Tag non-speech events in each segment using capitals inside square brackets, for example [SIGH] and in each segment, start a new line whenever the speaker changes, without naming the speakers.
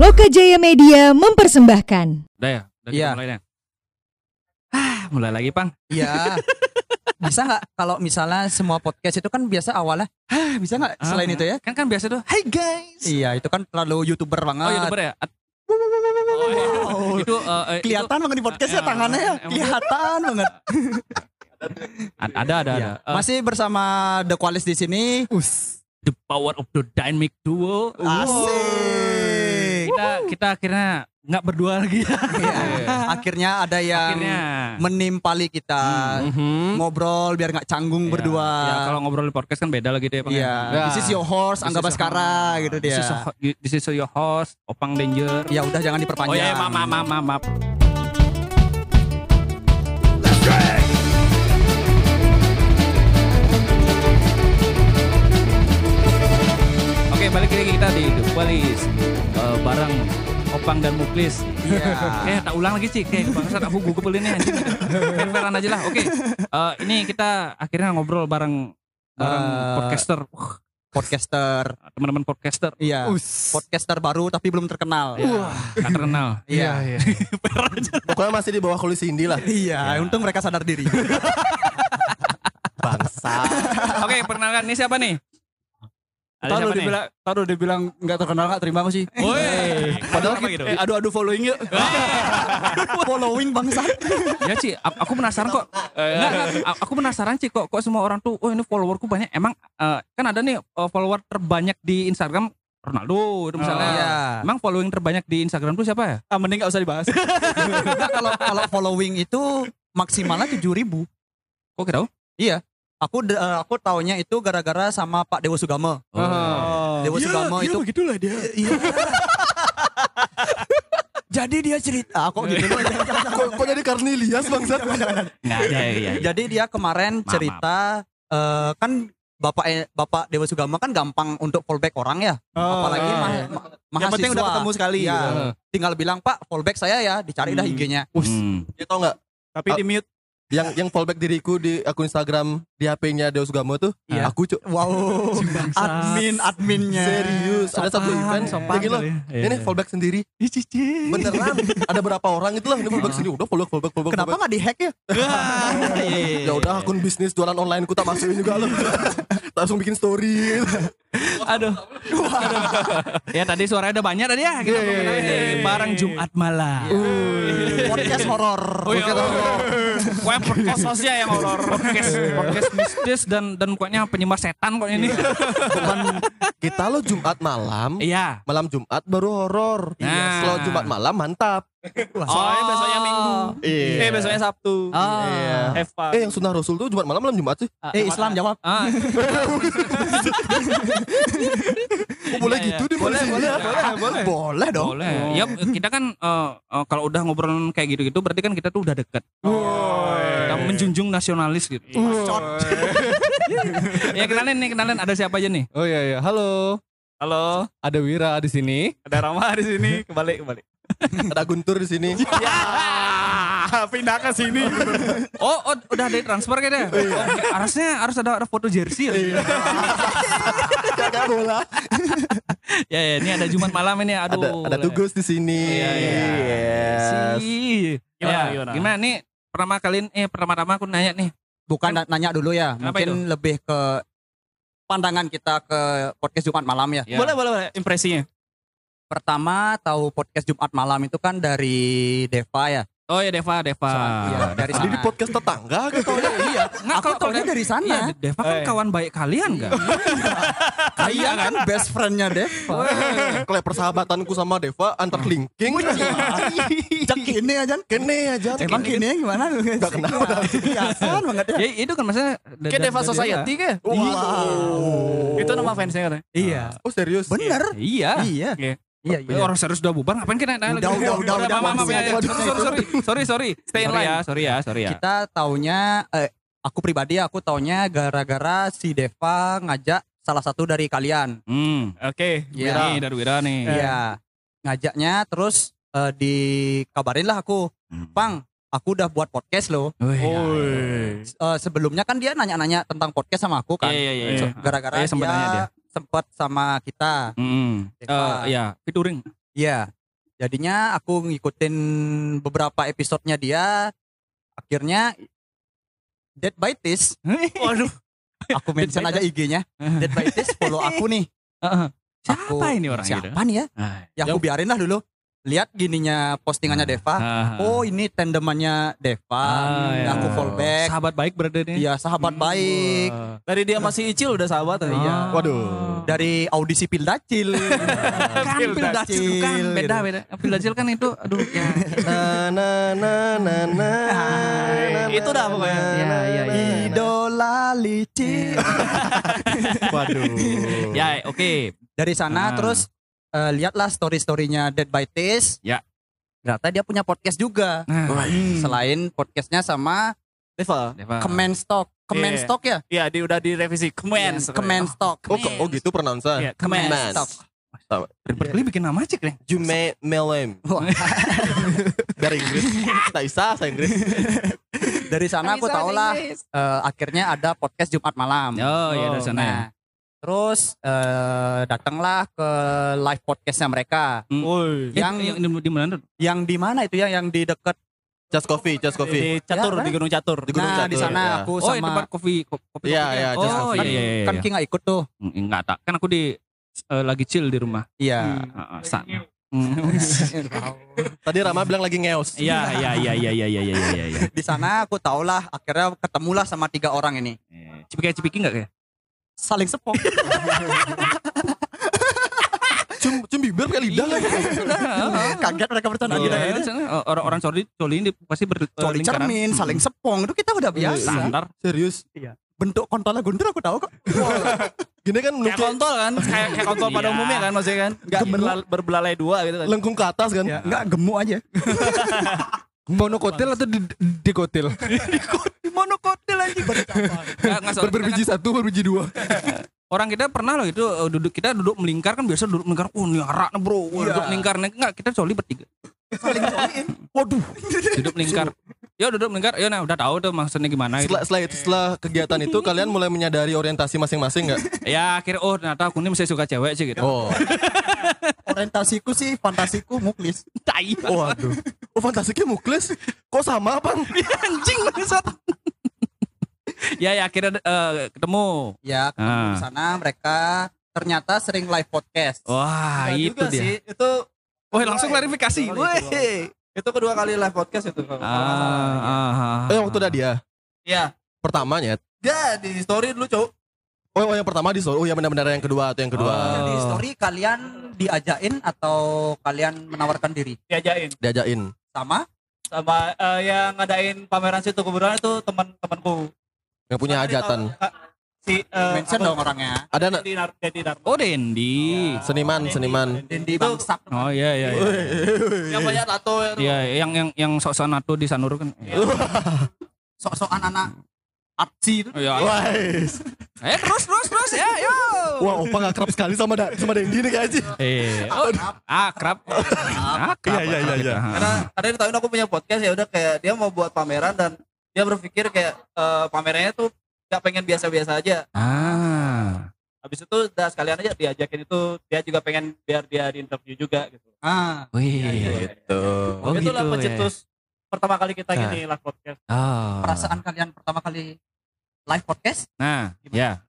Loka Jaya Media mempersembahkan.
Udah ya? Udah
Iya.
kita mulai nih. Ah, mulai lagi, Pang.
Iya. bisa nggak kalau misalnya semua podcast itu kan biasa awalnya, Hah, bisa nggak
Ah,
selain itu ya?
Kan kan biasa tuh.
Hai guys. Iya, itu kan terlalu youtuber banget.
Oh, YouTuber ya? At- Oh, iya. Itu eh, eh, itu-
Kelihatan banget di podcast ya
Eh,
tangannya ya.
emang-
Kelihatan banget.
Ad- ada ada
Iya.
ada. Eh,
Masih bersama The Qualis di sini. Us.
the power of the dynamic duo.
Asik.
Kita kita akhirnya nggak berdua lagi.
Iya. Akhirnya ada
[LAUGHS]
yang
akhirnya.
menimpali kita
Mhm.
ngobrol biar nggak canggung
Iya.
berdua.
Ya, kalau ngobrol di podcast kan beda lagi deh, Pang.
Iya.
Ya.
This is your horse,
This is
Angga
your-
Baskara gitu
This
dia.
is, your- you- this is your host, Opang Danger.
Ya udah jangan diperpanjang.
Oh iya, maaf, maaf, maaf, maaf, maaf. Oke, balik lagi kita di The Police Eh, bareng Opang dan Muklis.
Iya.
Eh, tak ulang lagi sih, kayak bangsat aku gugup beli nih anjing. Fair-fairan aja lah. Oke. Eh, ini kita akhirnya ngobrol bareng bareng
Eh,
podcaster, Wah,
Podcaster.
teman-teman podcaster.
Iya.
Us.
Podcaster baru tapi belum terkenal.
Gak
[LAUGHS]
terkenal.
Iya.
[LAUGHS] iya. Pokoknya masih di bawah kulis Cindy lah.
Iya, untung mereka sadar diri.
Bangsa.
Oke, perkenalkan ini siapa nih? Ada
Tahu
siapa nih?
dibilang, tahu dibilang nggak terkenal nggak terima aku sih.
Woi,
Padahal
kenapa
gitu. Eh, aduh aduh following yuk.
Following bangsa.
ya Ci, aku aku penasaran [LAUGHS] kok. Eh, Enggak, enggak, a- aku penasaran Ci kok kok semua orang tuh, oh ini followerku banyak. Emang eh, kan ada nih eh, follower terbanyak di Instagram Ronaldo itu misalnya.
Iya.
Emang following terbanyak di Instagram tuh siapa ya?
Ah, mending nggak usah dibahas.
Nah, kalau kalau following itu maksimalnya 7000 ribu.
Kok kita tahu?
Aku de- eh, aku taunya itu gara-gara sama Pak Dewo Sugama.
Oh, iya,
Dewo Sugama itu
begitulah dia.
Iya.
jadi dia cerita aku gitu. loh.
kok, kok jadi Cornelius [LAUGHS] bangsat?
Enggak ada ya. [LAUGHS] ya, ya.
Eh, jadi dia kemarin
Maaf,
cerita eh, kan Bapak eh, Bapak Dewa Sugama kan gampang untuk fallback orang ya, apalagi
Ah.
mah, ma-
Yang
mahasiswa.
penting udah ketemu sekali.
Iya.
gitu.
Tinggal bilang Pak fallback saya ya, dicari dah
Hmm.
IG-nya.
Hmm.
Ya tau nggak?
Tapi di mute.
Yang yang fallback diriku di akun Instagram di HP-nya Deus Gamo tuh.
Iya.
Aku cuk.
Wow. Admin adminnya.
Serius, ada satu event
sopan
kayak gini loh.
kali ya.
Ini
Iya.
fallback sendiri. Beneran. ada berapa orang itulah ini fallback sendiri. Udah fallback fallback fallback.
Kenapa nggak dihack ya?
fallback. Ya udah akun bisnis jualan online ku tak masukin juga loh. [LAUGHS] Langsung bikin story.
Aduh. Aduh. ya tadi suaranya udah banyak tadi ya. Kita perkenalkan di bareng Jumat malam.
Podcast horor.
iya. Oh iya, Kue podcast sosial yang horor. Podcast, podcast mistis dan dan kuenya penyembah setan kok ini.
Kita lo Jumat malam.
Iya.
Malam Jumat baru horor. Iya.
Nah.
Kalau Jumat malam mantap.
Soalnya
Oh.
besoknya Minggu.
Iya.
Eh, besoknya Sabtu. Ya.
Oh.
Iya.
Eva.
Eh yang sunnah Rasul tuh Jumat malam malam Jumat sih.
Ah. Eh Islam jawab.
Ah,
Oh, boleh
Iya,
gitu
iya.
di boleh, boleh, boleh, [LAUGHS] boleh.
Boleh
Oh.
dong.
boleh. Ya kita kan eh, eh, kalau udah ngobrol kayak gitu-gitu berarti kan kita tuh udah deket. Kita menjunjung nasionalis gitu. [LAUGHS] ya kenalin nih, kenalin ada siapa aja nih?
Oh iya iya, halo.
Halo,
Ada Wira di sini.
ada Rama di sini. Kembali, kembali.
Ada Guntur di sini.
Ah, pindah ke sini.
[LAUGHS] Oh, oh, udah ada transfer kayaknya. Oh, harusnya harus ada, ada foto jersey ya.
Kakak bola.
[LAUGHS] ya, ya, ini ada Jumat malam ini. Aduh.
Ada ada Tugas di sini.
Iya, iya.
Yes.
Si.
Gimana,
Ya,
gimana?
gimana nih? Pertama kali eh pertama-tama aku nanya nih.
Bukan na- nanya dulu ya.
Kenapa
Mungkin lebih ke pandangan kita ke podcast Jumat malam ya.
Ya.
Iya.
Boleh, boleh, boleh. Impresinya.
Pertama tahu podcast Jumat malam itu kan dari Deva ya.
Oh ya Deva, Deva.
Iya,
[LAUGHS]
dari
Jadi
sana.
di podcast tetangga gitu ya. Iya.
Nggak,
Aku tahunya dari sana.
Iya, Deva kan
Eh.
kawan baik kalian enggak?
Kalian kan best friendnya Deva.
Kayak persahabatanku sama Deva antar linking.
Jak ini aja.
Kene aja.
Emang gini ya gimana? Gak kenal. Biasaan banget ya.
ya itu kan maksudnya da- da-
Kayak
ya.
Deva
da-
Society ke?
Wow.
Itu nama fansnya katanya.
Iya.
Oh serius?
Bener.
Iya.
Iya.
Iya.
Iya,
Eh, Orang serius udah bubar, ngapain kita nanya lagi?
Udah, udah, udah, udah,
maaf, maaf,
maksudnya
ya, ya.
itu.
Sorry, sorry, sorry, sorry, sorry. Stay in
Sorry
line.
ya,
sorry ya, sorry ya.
kita taunya eh, aku pribadi aku taunya gara-gara si Deva ngajak salah satu dari kalian.
Hmm.
Oke.
Wira
Iya.
nih, dari Wira nih.
Iya. Ngajaknya terus eh, dikabarin lah aku, "Pang, aku udah buat podcast loh."
Wih,
Oi.
Eh, sebelumnya kan dia nanya-nanya tentang podcast sama aku
Iya,
kan.
iya, iya.
Iya.
iya.
Gara-gara
Iya,
dia,
sempet nanya dia.
sempat sama kita.
Hmm.
Deva.
Eh, ya, featuring.
Iya. Jadinya aku ngikutin beberapa episodenya dia. Akhirnya Dead by Tis, Oh.
Waduh.
[LAUGHS] aku mention
Dead by
aja
[LAUGHS]
IG-nya. Dead by Tis follow aku nih.
Heeh.
Aku,
Siapa ini orang gitu?
Siapa nih ya?
[LAUGHS] Ah,
Ya aku biarin lah dulu. Lihat gininya postingannya Deva.
ah.
Oh ini tandemannya Deva.
Ah,
Nah,
ya. Hmm.
Aku follow back.
Sahabat baik Mm. berada nih.
Iya sahabat baik.
Dari dia masih kecil udah sahabat
Ah.
Iya.
Waduh.
eh,
Iya,
Dari audisi
[LAUGHS]
Pildacil.
Kan Pildacil bukan beda beda. Pildacil kan itu aduh ya.
Na na na na na. na,
Itu dah pokoknya.
na,
Ya, ya,
na,
ya.
na, na.
Idola licin.
Iya. [LAUGHS] Waduh.
ya oke.
Dari
Ah.
sana terus eh, lihatlah story-storynya Dead by Taste.
Ya.
Ternyata dia punya podcast juga.
Ah.
Nah,
iya.
Selain podcastnya sama
Deva.
Deva.
Kemen Stock. Kemen
Iya.
Stock ya?
Iya, dia udah direvisi. Kemen.
Iya, Kemen Stock.
Oh, ke- oh gitu
Ya,
pronounce-nya.
Iya, kemen.
Kemen.
Stock.
Ribet kali bikin nama cek deh.
Jume Melem. [LAUGHS] Dari Inggris. Tak bisa saya Inggris.
Dari sana aku tau lah eh, akhirnya ada podcast Jumat malam.
Oh, iya dari sana.
Nah, terus eh, datanglah ke live podcastnya mereka.
Woi.
Yang yang di, di mana tuh?
Yang di mana itu ya? Yang di dekat
Just coffee, just
Eh.
coffee.
Di Catur,
Ya,
di Gunung Catur.
Di Gunung
nah, di
Catur,
sana
ya.
aku
Oh,
sama
di tempat kopi ko- kopi.
Iya,
kopi.
iya, just
Oh,
coffee.
iya, iya, iya.
kan Ki nggak ikut tuh.
Mm, Enggak tak. Kan aku di eh, lagi chill di rumah.
Iya. [LAUGHS]
Ah, ah, sa- Mm.
Tadi Rama bilang lagi ngeos.
Iya, iya, iya, iya, iya, iya, iya, iya, iya.
di sana aku taulah akhirnya ketemulah sama tiga orang ini.
Cipika-cipiki enggak kayak?
Saling
[LAUGHS]
sepok.
Cum, cum bibir pakai lidah lagi.
Kaget mereka bercanda
Nah,
gitu.
kita di sana eh, orang-orang coli coli ini pasti
Coli
berlingkaran.
cermin, saling sepong itu kita
Iya,
udah biasa.
standar.
Serius.
Bentuk kontolnya guntur aku tahu kok.
Gini kan
Kayak
nukil
kontol kan, kayak, kayak kontol pada
Iya.
umumnya kan maksudnya kan. Enggak berbelalai dua gitu kan.
lengkung ke atas kan.
Enggak gemuk
[LAUGHS]
aja.
Monokotil atau di, di kotil?
Monokotil lagi.
Nggak, nggak, soalnya kita
Berbiji satu, berbiji dua.
orang kita pernah loh itu eh, duduk kita duduk melingkar kan biasa duduk melingkar oh niara nih bro
Iya.
Wah, duduk melingkar nih enggak kita coli bertiga
Saling soliin. Waduh.
duduk
[LAUGHS]
melingkar ya duduk melingkar ya nah udah tahu tuh maksudnya gimana gitu
Setelah, setelah, setelah kegiatan itu kalian mulai menyadari orientasi masing-masing nggak?
ya akhirnya oh ternyata aku ini masih suka cewek sih gitu
Oh,
Orientasiku sih fantasiku muklis.
Ya,
tai
waduh. Oh, fantasiknya muklis. Kok sama, Bang?
anjing bangsat ya ya akhirnya eh, ketemu
Ya,
Ah.
di sana mereka ternyata sering live podcast.
wah
Enggak
ah, itu
juga
dia
sih, itu
wah langsung klarifikasi
Woi. Itu kedua kali live podcast itu.
ah,
kalau nggak Oh, salah.
ah, ah.
Eh, waktu udah dia.
Iya.
Pertamanya.
Dia
Ya,
di story dulu, Cok.
Oh, oh, yang pertama di Solo. Oh, ya benar-benar yang kedua atau yang kedua.
Oh.
Di story kalian diajain atau kalian menawarkan diri?
Diajain
Diajain.
Sama?
sama eh, yang ngadain pameran situ kuburan itu teman-temanku.
Yang punya hajatan.
Si eh,
Mention
apa-
dong orangnya.
Ada na-
Dendi Nar- Dendi Nar-
oh Dendi
Iya.
seniman, seniman.
Dendi Bangsak.
oh iya iya iya.
Yang banyak tato ya.
Iya, yang yang yang sok-sok nato di Sanur kan.
Iya.
Sok-sokan anak artsy itu.
Iya.
Wais.
Eh terus terus terus ya, yo.
Wah, Opa gak kerap sekali sama da- sama Dendi nih kayaknya.
Eh, oh, akrab. Akrab.
Iya, iya, iya, iya.
karena karena dia tahuin aku punya podcast ya udah kayak dia mau buat pameran dan dia berpikir kayak eh, pamerannya tuh nggak pengen biasa-biasa aja
Ah.
habis itu udah sekalian aja diajakin itu dia juga pengen biar dia diinterview juga gitu Iya,
Ah,
Wih.
Gitu.
iya, Oh, gitu. ya.
itulah pencetus pertama kali kita
Nah.
gini live podcast
Ah.
perasaan kalian pertama kali live podcast?
Nah, ya,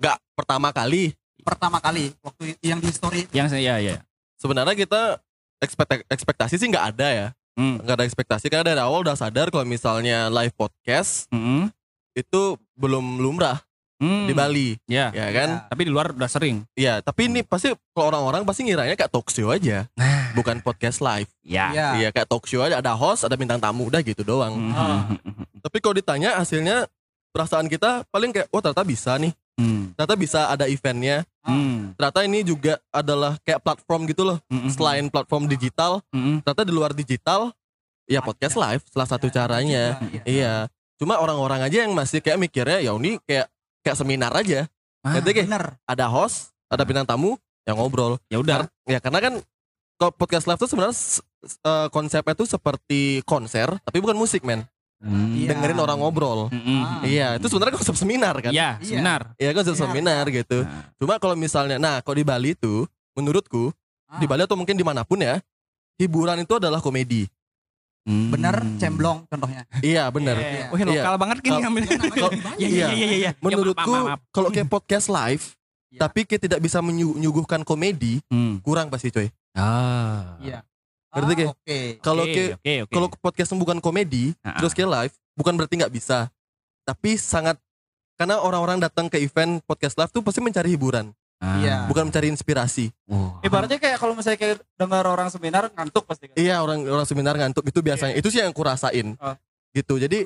Gak pertama kali.
Pertama kali waktu yang di story.
yang saya ya, ya.
Sebenarnya kita ekspekt- ekspektasi sih nggak ada ya.
Hmm.
Nggak ada ekspektasi karena dari awal udah sadar kalau misalnya live podcast
Mm-mm.
itu belum lumrah
Hmm.
di Bali,
Ya.
Iya.
ya kan?
Tapi di luar udah sering.
Iya, tapi ini pasti kalau orang-orang pasti ngiranya kayak talk show aja, bukan podcast live.
Ya.
Ya.
Iya, kayak talk show aja ada host, ada bintang tamu, udah gitu doang.
Hmm.
Ah.
Tapi kalau ditanya hasilnya perasaan kita paling kayak, oh ternyata bisa nih,
Hmm.
ternyata bisa ada eventnya.
Hmm.
Ternyata ini juga adalah kayak platform gitu loh.
Mm-mm.
Selain platform digital,
Mm-mm.
ternyata di luar digital, ya podcast live salah satu caranya. Iya. Cuma orang-orang aja yang masih kayak mikirnya ya ini kayak kayak seminar aja.
Ah,
Jadi kayak
Bener.
ada host, ada bintang tamu, yang ngobrol.
Ya udah.
Ya karena kan kalau podcast live tuh sebenarnya s- s- eh, konsepnya tuh seperti konser, tapi bukan musik men.
Hmm.
Iya.
Dengerin orang ngobrol.
Mm-mm.
Ah.
Iya, itu sebenarnya konsep seminar kan?
Ya, Hmm. seminar.
Iya konsep
Iya.
seminar gitu.
Nah.
Cuma kalau misalnya, nah kalau di Bali tuh, menurutku
Ah.
di Bali atau mungkin dimanapun ya, hiburan itu adalah komedi.
Hmm.
Bener, cemblong contohnya.
Iya benar.
[LAUGHS]
Iya.
Wih, lokal banget gini
Kalau-
ngambilnya.
Kalau-
Iya, iya, iya, iya.
Menurutku
Ya, Ya, maaf, Ya. maaf, maaf.
kalau kayak podcast live
Iya.
tapi kayak tidak bisa menyu- menyuguhkan komedi
Hmm.
kurang pasti coy.
Ah.
Iya.
Ngerti, Ki?
Ah, Oke.
Kalau
Oke,
kayak
oke, oke.
kalau podcast bukan komedi
Ah,
terus kayak live bukan berarti nggak bisa. Tapi sangat karena orang-orang datang ke event podcast live tuh pasti mencari hiburan,
ah.
Iya.
bukan mencari inspirasi.
Wah.
Ibaratnya kayak kalau misalnya kayak dengar orang seminar ngantuk pasti kan.
Iya orang orang seminar ngantuk itu biasanya
Iya.
itu sih yang aku rasain
Oh.
Ah.
gitu jadi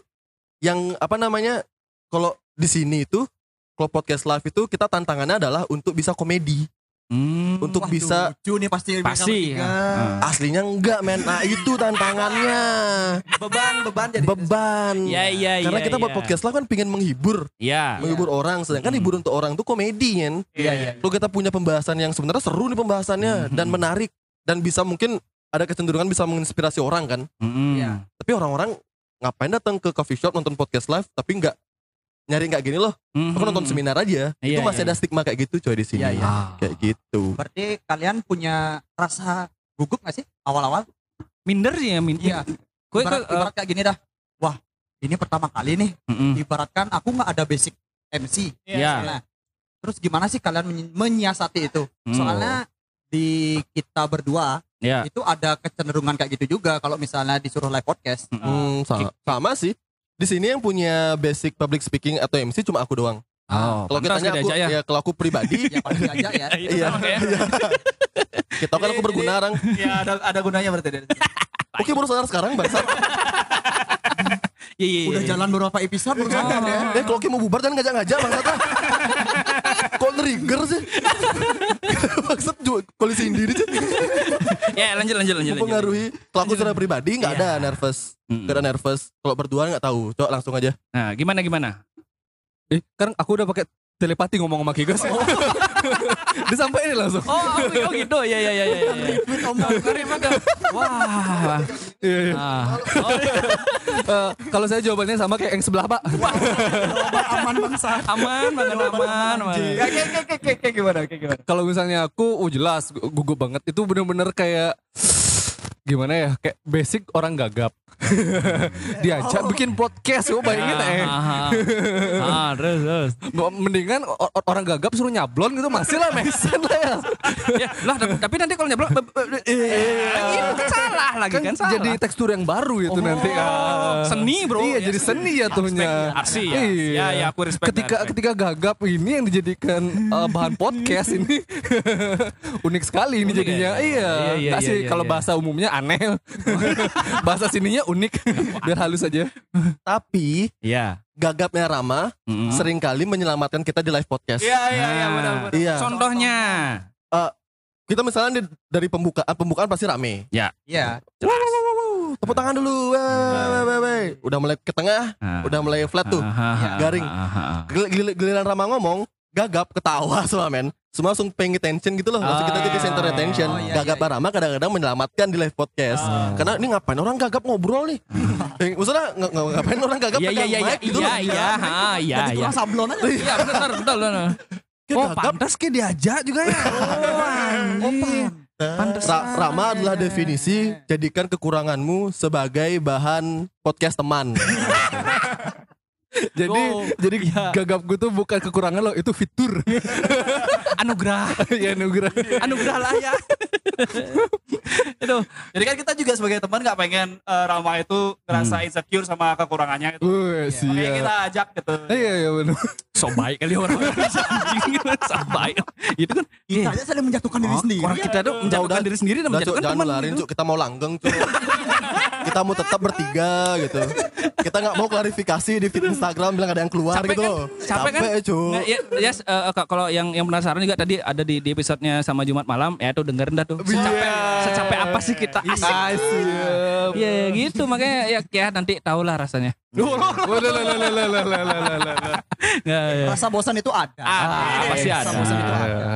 yang apa namanya kalau di sini itu kalau podcast live itu kita tantangannya adalah untuk bisa komedi
Hmm.
untuk
Waduh,
bisa
lucu nih pasti mereka
Pasti,
bertiga.
Ah.
aslinya enggak men nah itu tantangannya
beban beban jadi
beban
Iya, iya,
karena
iya,
kita buat
iya.
podcast live kan pingin menghibur
Iya.
menghibur orang sedangkan
Hmm.
hibur untuk orang tuh komedi kan
Iya iya.
kalau kita punya pembahasan yang sebenarnya seru nih pembahasannya
Hmm.
dan menarik dan bisa mungkin ada kecenderungan bisa menginspirasi orang kan
Hmm.
Iya.
tapi orang-orang ngapain datang ke coffee shop nonton podcast live tapi nggak nyari nggak gini loh
Hmm.
aku nonton seminar aja
Iya,
itu masih
iya.
ada stigma kayak gitu coy di sini
Iya, iya.
Ah.
kayak gitu
berarti kalian punya rasa gugup gak sih awal-awal
Minder sih ya, minder.
Iya.
Gue eh,
ibarat,
Hmm.
ibarat kayak gini dah wah ini pertama kali nih
mm-mm.
ibaratkan aku nggak ada basic MC
Ya.
Iya.
Nah, terus gimana sih kalian men- menyiasati itu
Hmm.
soalnya di kita berdua
Iya.
itu ada kecenderungan kayak gitu juga kalau misalnya disuruh live podcast
Oh,
Hmm, sa- sama sih di sini yang punya basic public speaking atau MC cuma aku doang
Oh,
Ah. kalau kita
pantas
tanya
tidak
aku
aja ya.
ya, kalau aku
[LAUGHS]
pribadi
ya pasti aja ya
Iya.
sama kayak-
kita kan
Jadi-
aku
[LAUGHS]
berguna orang
Iya ada ada gunanya berarti dari situ.
oke baru sadar sekarang bangsa
Iya, iya, iya.
udah jalan beberapa episode baru sadar ya.
eh kalau Ki mau bubar jangan ngajak-ngajak bangsa kok trigger sih maksud juga koalisi sendiri
Iya,
sih
Ya, lanjut lanjut lanjut. lanjut.
mempengaruhi kalau aku secara pribadi nggak ada
Iya.
nervous
Mm-mm.
nggak ada nervous kalau berdua nggak tahu coba langsung aja
Nah, gimana gimana?
Eh, kan aku udah pakai telepati ngomong sama Kigas.
Oh.
Disampaikan langsung.
Oh, oh, [LAUGHS] oh, gitu. Ya ya ya ya. ya. Wah.
Iya, iya.
Ah.
Eh, kalau saya jawabannya sama kayak yang sebelah, Pak.
aman bangsa
aman banget aman, aman.
Iya, Kayak kayak kayak kayak kayak gimana kayak gimana.
kalau misalnya aku oh jelas gu- gugup banget itu bener-bener kayak gimana ya kayak basic orang gagap [LAUGHS] diajak bikin podcast oh bayangin eh
Ah, ah, ah. Ah, terus terus.
mendingan o- o- orang gagap suruh nyablon gitu masih lah make sense lah [LAUGHS] ya
Ya, lah tapi- tapi nanti kalau nyebrang itu kan salah lagi
kan
kan salah. Oh,
jadi tekstur yang baru itu nanti ah.
seni, bro. Ya,
iya jadi seni ya tuhnya Iya.
Aksi ya. Ya, ya, aku respect,
ketika
respect.
ketika gagap ini yang dijadikan eh, bahan podcast ini [LAUGHS] unik sekali ini
Unik ya?
jadinya iya
Iya, iya,
nggak
iya,
sih
iya,
kalau
iya.
bahasa umumnya aneh [LAUGHS] bahasa sininya unik
[LAUGHS]
biar halus aja
tapi
Iya.
gagapnya Rama
Hmm.
Mm-mm.
seringkali menyelamatkan kita di live podcast
Iya iya iya
Nah.
benar benar.
Iya.
Contohnya.
kita misalnya di- dari pembukaan pembukaan pasti rame
ya
tepuk tangan dulu weh, weh, weh, weh. udah mulai ke tengah
Ah.
udah mulai flat tuh
Ya,
garing. Gel- gel- giliran Rama ngomong gagap ketawa [LAUGHS] semua men semua langsung paying attention gitu loh langsung kita jadi
Ah,
center attention
Oh, iya,
gagap
iya,
Rama kadang-kadang menyelamatkan di live podcast
Ah.
karena ini ngapain orang gagap ngobrol
[LAUGHS]
nih Eh, maksudnya ng- ng- ngapain orang gagap
Iya iya
pegang
iya iya
mic gitu
iya
loh
iya ah, iya
jadi
iya.
kurang sablon aja
Iya benar betul benar.
Kayak
Oh,
gagap
pantas kayak diajak juga [LAUGHS] ya. Oh, anjing.
Ra- Rama adalah definisi jadikan kekuranganmu sebagai bahan podcast
[LAUGHS]
teman.
jadi
Oh,
jadi
iya.
gagap gue tuh bukan kekurangan loh itu fitur
anugerah
ya nugrah
anugerah lah ya
Jadi kan kita juga sebagai teman nggak pengen eh, Rama itu
Hmm.
ngerasa insecure sama kekurangannya gitu.
Wih,
Makanya kita
siap
ajak gitu.
iya iya benar
so baik kali orang [LAUGHS] anjing so baik itu kan
kita aja saling menjatuhkan diri sendiri
Oh, orang kita tuh menjatuhkan
udah.
diri sendiri dan
Udah, Cuk,
menjatuhkan
jangan
teman
nularin,
gitu.
Cuk. kita mau langgeng Cuk. kita mau tetap bertiga gitu. Kita nggak mau klarifikasi di feed Instagram bilang ada yang keluar
Capek
gitu
kan?
loh.
Capek kan?
Cuk. Iya.
Nggak, ya, ya, s- eh, eh, kalau yang yang penasaran juga tadi ada di, di episodenya sama Jumat malam ya tuh dengerin dah tuh secapek secapek apa sih kita
Iya,
asik
siap
ya gitu makanya ya, ya nanti tahulah rasanya [LAUGHS] Nggak, ya.
rasa bosan itu ada Iya,
Ah, pasti ada.
rasa bosan itu ada
Ya,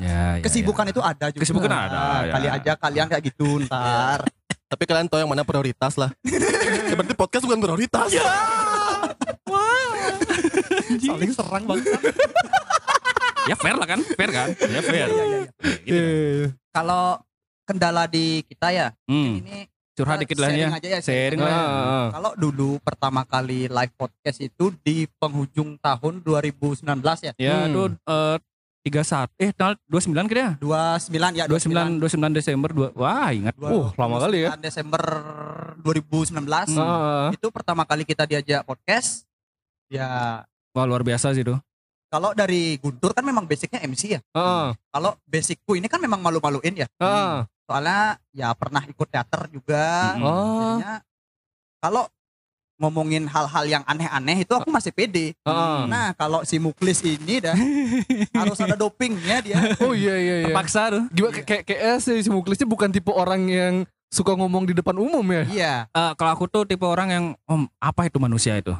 ya,
kesibukan itu ada juga
Kesibukan ada,
Ah,
ya.
kali aja kalian kayak gitu
[LAUGHS]
ntar
Tapi kalian tahu yang mana prioritas lah. ya, berarti podcast bukan prioritas.
Iya.
saling serang banget
ya. ya fair lah kan fair kan ya fair
Iya, iya.
kalau kendala di kita ya.
Hmm.
Ini
Curhat
eh,
dikit lah ya.
sharing aja ya.
Sharing
aja.
lah.
Ah,
Kalau dulu pertama kali live podcast itu di penghujung tahun 2019 ya.
Ya,
Hmm.
itu tiga saat. Eh, tanggal 29 kira ya?
29 ya
29 29 Desember dua. Wah, ingat.
Uh, lama kali ya.
29 Desember 2019
Hmm.
Ah,
itu pertama kali kita diajak podcast. Ya
Wah, luar biasa sih itu.
kalau dari Guntur kan memang basicnya MC ya.
ah,
Kalau basicku ini kan memang malu-maluin ya.
ah.
Soalnya ya pernah ikut teater juga.
Hmm.
Oh.
Jadinya kalau ngomongin hal-hal yang aneh-aneh itu aku masih pede.
Ah.
Nah, kalau si Muklis ini
[LAUGHS]
dah harus ada dopingnya dia.
Oh iya iya iya.
Terpaksa tuh.
Gimana kayak kayak eh, si si Muklisnya bukan tipe orang yang suka ngomong di depan umum ya?
Iya.
Eh, kalau aku tuh tipe orang yang om apa itu manusia
[LAUGHS]
itu?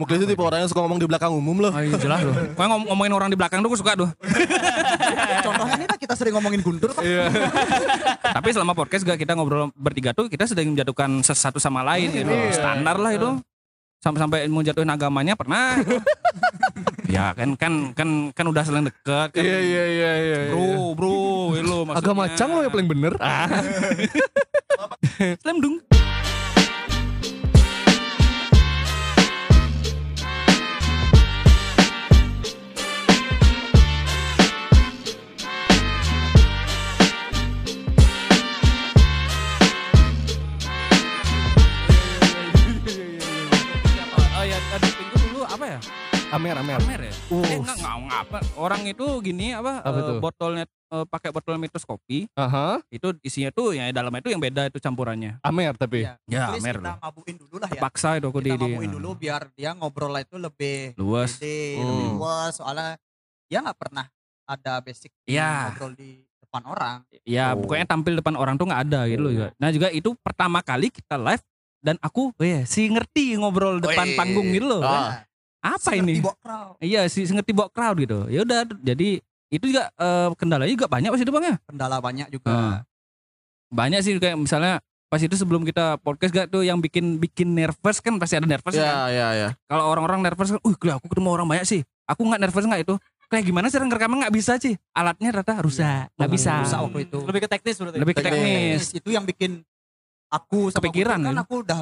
Muklis itu tipe orang yang suka ngomong di belakang umum loh.
Ayo jelas loh. Kau ngom- ngomongin orang di belakang tuh aku suka tuh.
Contohnya ini lah kita sering ngomongin Guntur kan, Pak.
Iya.
Tapi selama podcast juga kita ngobrol bertiga tuh kita sedang menjatuhkan satu sama lain gitu.
Iya.
Standar lah itu. Sampai-sampai mau jatuhin agamanya
[LAUGHS]
pernah. ya kan kan kan kan udah saling dekat kan.
Iya iya iya iya. Ah. iya.
Bro, bro, lo maksudnya.
Agak macam lo ya? yang paling bener.
Slam dong. Oh ya, ada pintu dulu apa ya?
Amer amer. Uh.
Amer ya? Eh, enggak, enggak, enggak, apa. Orang itu gini apa,
Apa
eh,
tuh?
botolnya eh, pakai botol mitos kopi,
Aha.
itu isinya tuh yang dalamnya itu yang beda itu campurannya.
Amer tapi.
Iya.
Ya,
Muklis
Amer
kita
lah.
mabuin dulu lah ya.
Paksa itu aku di
Kita
di-
mabuin dulu biar dia ngobrol lah itu lebih
luas.
pede,
Hmm.
lebih luas. Soalnya dia nggak pernah ada basic
Iya.
ngobrol di depan orang.
Ya,
Oh.
pokoknya tampil depan orang tuh nggak ada gitu loh.
Oh.
juga. Nah, juga itu pertama kali kita live dan aku weh, si ngerti
Oh,
ngobrol
iya,
depan
Weh.
panggung gitu
ya
loh.
Ah.
Apa ini?
Seperti Bok Krau.
Iya, si si ngerti bawa crowd gitu. Ya udah, jadi itu juga eh, kendalanya juga banyak pas itu Bang ya.
Kendala banyak
Ah.
juga. Nah,
Banyak sih kayak misalnya pas itu sebelum kita podcast gak tuh yang bikin bikin nervous kan pasti ada
Iya,
nervous kan.
Ya, ya, ya.
Kalau orang-orang nervous kan, "Uh, gila, aku ketemu orang banyak sih. Aku nggak nervous nggak itu?" Kayak gimana sih rekaman nggak bisa sih? Alatnya rata rusak, nggak bisa.
Iya,
Hmm.
Rusak waktu itu.
Lebih ke teknis berarti.
Lebih ke
Teknis.
teknis.
Itu yang bikin aku
Iya,
sama
Kepikiran,
Guntur kan
ya.
aku udah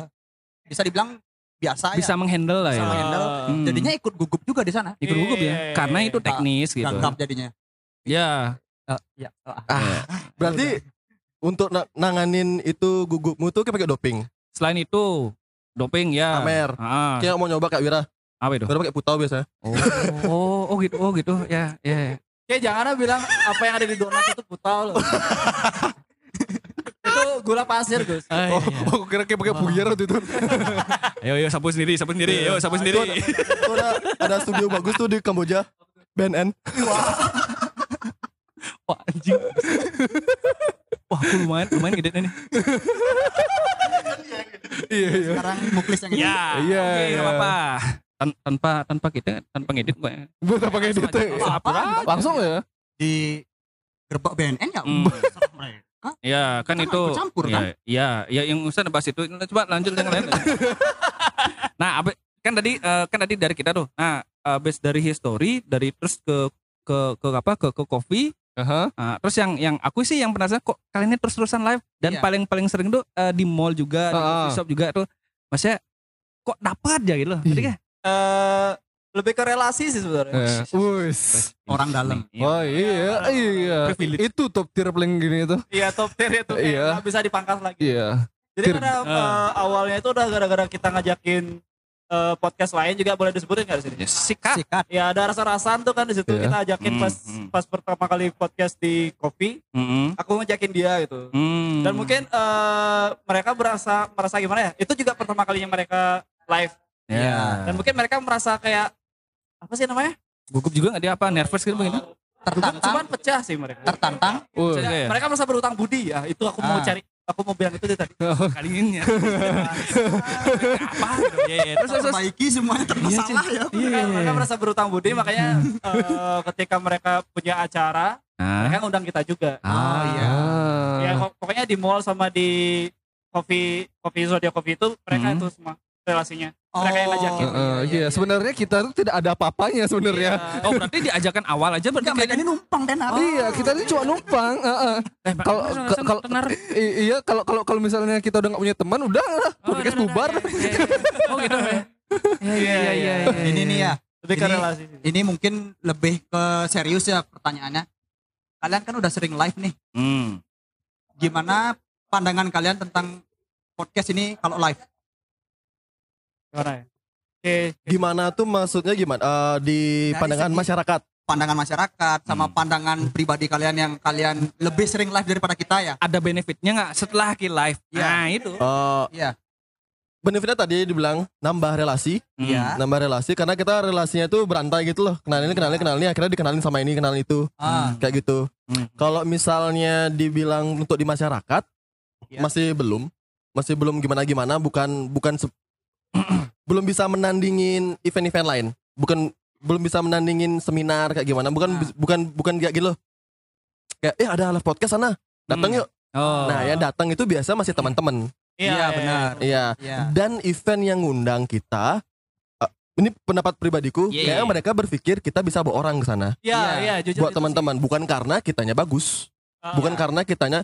bisa dibilang biasa
Bisa
ya.
menghandle lah ya.
Eh,
Bisa menghandle.
Hmm.
Jadinya ikut gugup juga di sana.
ikut gugup
Iya,
ya
iya,
karena
iya.
itu teknis gitu
Gagap jadinya.
ya
Eh, iya. Eh, ah.
Berarti
Iya.
untuk na- nanganin itu gugupmu tuh kayak pakai doping.
selain itu doping ya
Amer.
Ah,
Kayak mau nyoba Kak Wira.
apa [LAUGHS] itu
Wira pakai putau biasanya.
oh oh gitu oh gitu ya ya
Kayak jangan ah bilang apa yang ada di donat itu putal
[LAUGHS]
loh. itu gula pasir Gus.
Ah, iya,
Oh,
Aku kira kayak pakai buyar waktu itu.
ayo ayo sapu sendiri sapu sendiri ayo sapu Iya, sendiri
Nah, Itu ada, ada studio bagus tuh di Kamboja. BNN.
wah anjing [LAUGHS] wah aku lumayan lumayan gede nih
Iya iya.
Sekarang muklis yang
ya
Iya,
oke
iya.
nggak apa tanpa tanpa kita tanpa ngedit kok ya.
Buat apa kayak gitu?
Langsung
apa?
atur aja.
Langsung ya.
di gerbak BNN ya.
Hmm.
serah mereka.
Ya kan
Jangan
itu
ikut campur,
ya,
kan?
Ya, ya yang Ustaz bahas itu Nah, coba lanjut yang lain. nah, abe- kan tadi eh, kan tadi dari kita tuh. Nah, habis dari history dari terus ke ke ke apa ke ke coffee
Aha.
Nah, terus yang yang aku sih yang penasaran kok kalian ini terus-terusan live dan
Iya.
paling paling sering tuh eh, di mall juga, di
Ah,
coffee
ah.
shop juga tuh. Maksudnya kok dapat aja gitu loh. Jadi kayak
Eh, lebih ke relasi sih sebenarnya.
Eh, Wis.
[LAUGHS] Orang dalam.
Oh iya iya.
Privilege.
[LAUGHS] Itu top tier paling gini itu.
Iya top tier itu kayak
Iya.
nggak bisa dipangkas lagi.
Iya.
Jadi
Tier.
karena eh, awalnya itu udah gara-gara kita ngajakin eh, podcast lain juga boleh disebutin nggak di sini?
Sikat.
Sikat.
Ya ada rasa-rasaan tuh kan di situ
Iya.
kita ajakin
Hmm,
pas
hmm.
pas pertama kali podcast di kopi,
Mm-mm.
aku ngajakin dia gitu.
Mm.
Hmm.
Dan mungkin eh, mereka merasa merasa gimana ya? Itu juga pertama kalinya mereka live.
ya.
Dan mungkin mereka merasa kayak apa sih namanya?
gugup juga nggak dia apa nervous gitu begitu.
Bukan, cuman
Tertantang.
pecah sih mereka.
Tertantang. Iya.
Wih.
Maksudnya ya?
Mereka merasa berutang budi ya. Itu aku
Ah.
mau cari, aku mau bilang itu
[LAUGHS]
dari tadi.
[LAUGHS] kali ini ya. apa
Iya,
ya, ya. terus terus terus.
Perbaiki semuanya termasalah ya.
Mereka, mereka merasa berutang budi
[LAUGHS]
makanya eh, ketika mereka punya acara,
Nah.
mereka ngundang kita juga.
Oh iya.
Ah.
Ya pok- pokoknya di mall sama di coffee coffee Zodiac Coffee itu mereka
Hmm.
itu semua relasinya.
mereka yang ngajakin.
Eh, eh, iya, sebenarnya kita tuh tidak ada apa-apanya sebenarnya.
[LAUGHS] Oh berarti diajakan awal aja berarti
Enggak, mereka ini numpang dan
Iya, kita ini cuma numpang. eh, eh.
Eh, Pak,
Kalau
bener,
ke-
bener,
kalau
bener.
i- iya kalau kalau kalau misalnya kita udah nggak punya teman, udah lah.
Oh,
Podcast
udah, udah,
bubar.
iya, iya, iya. Oh gitu ya. Iya iya iya. iya, iya.
ini nih ya
Lebih ke
Ini-
kan relasi sih.
ini mungkin lebih ke serius ya pertanyaannya kalian kan udah sering live nih
Hmm.
gimana pandangan kalian tentang podcast ini kalau live
Gimana ya? Oke,
Gimana tuh maksudnya gimana Eh, di
Dari
pandangan
segi-
masyarakat?
pandangan masyarakat sama pandangan pribadi kalian yang kalian lebih sering live daripada kita ya
Ada benefitnya nggak setelah ki live?
Iya.
Nah itu.
Eh,
Iya.
Benefitnya tadi dibilang nambah relasi,
Iya.
nambah relasi karena kita relasinya itu berantai gitu loh. Kenalin ini, kenalin ini, kenalin ini, akhirnya dikenalin sama ini, kenalin itu.
Ah.
Kayak gitu.
Hmm.
Kalau misalnya dibilang untuk di masyarakat
Ya.
masih belum, masih belum gimana-gimana, bukan bukan se- [CLEARS THROAT] belum bisa menandingin event-event lain. Bukan belum bisa menandingin seminar kayak gimana. Bukan
Ah.
bukan bukan kayak gitu loh. Kayak eh ada live podcast sana. Datang
Hmm.
yuk.
Oh. Hmm.
Nah, yang datang itu biasa masih teman-teman.
iya benar
Iya.
iya
Ah.
Dan event yang ngundang kita eh, ini pendapat pribadiku,
Iya,
kayaknya
iya.
mereka berpikir kita bisa bawa orang ke sana
Iya,
Iya.
iya, jujur.
buat
itu
teman-teman, bukan karena kitanya bagus,
sih. Ah,
bukan karena kitanya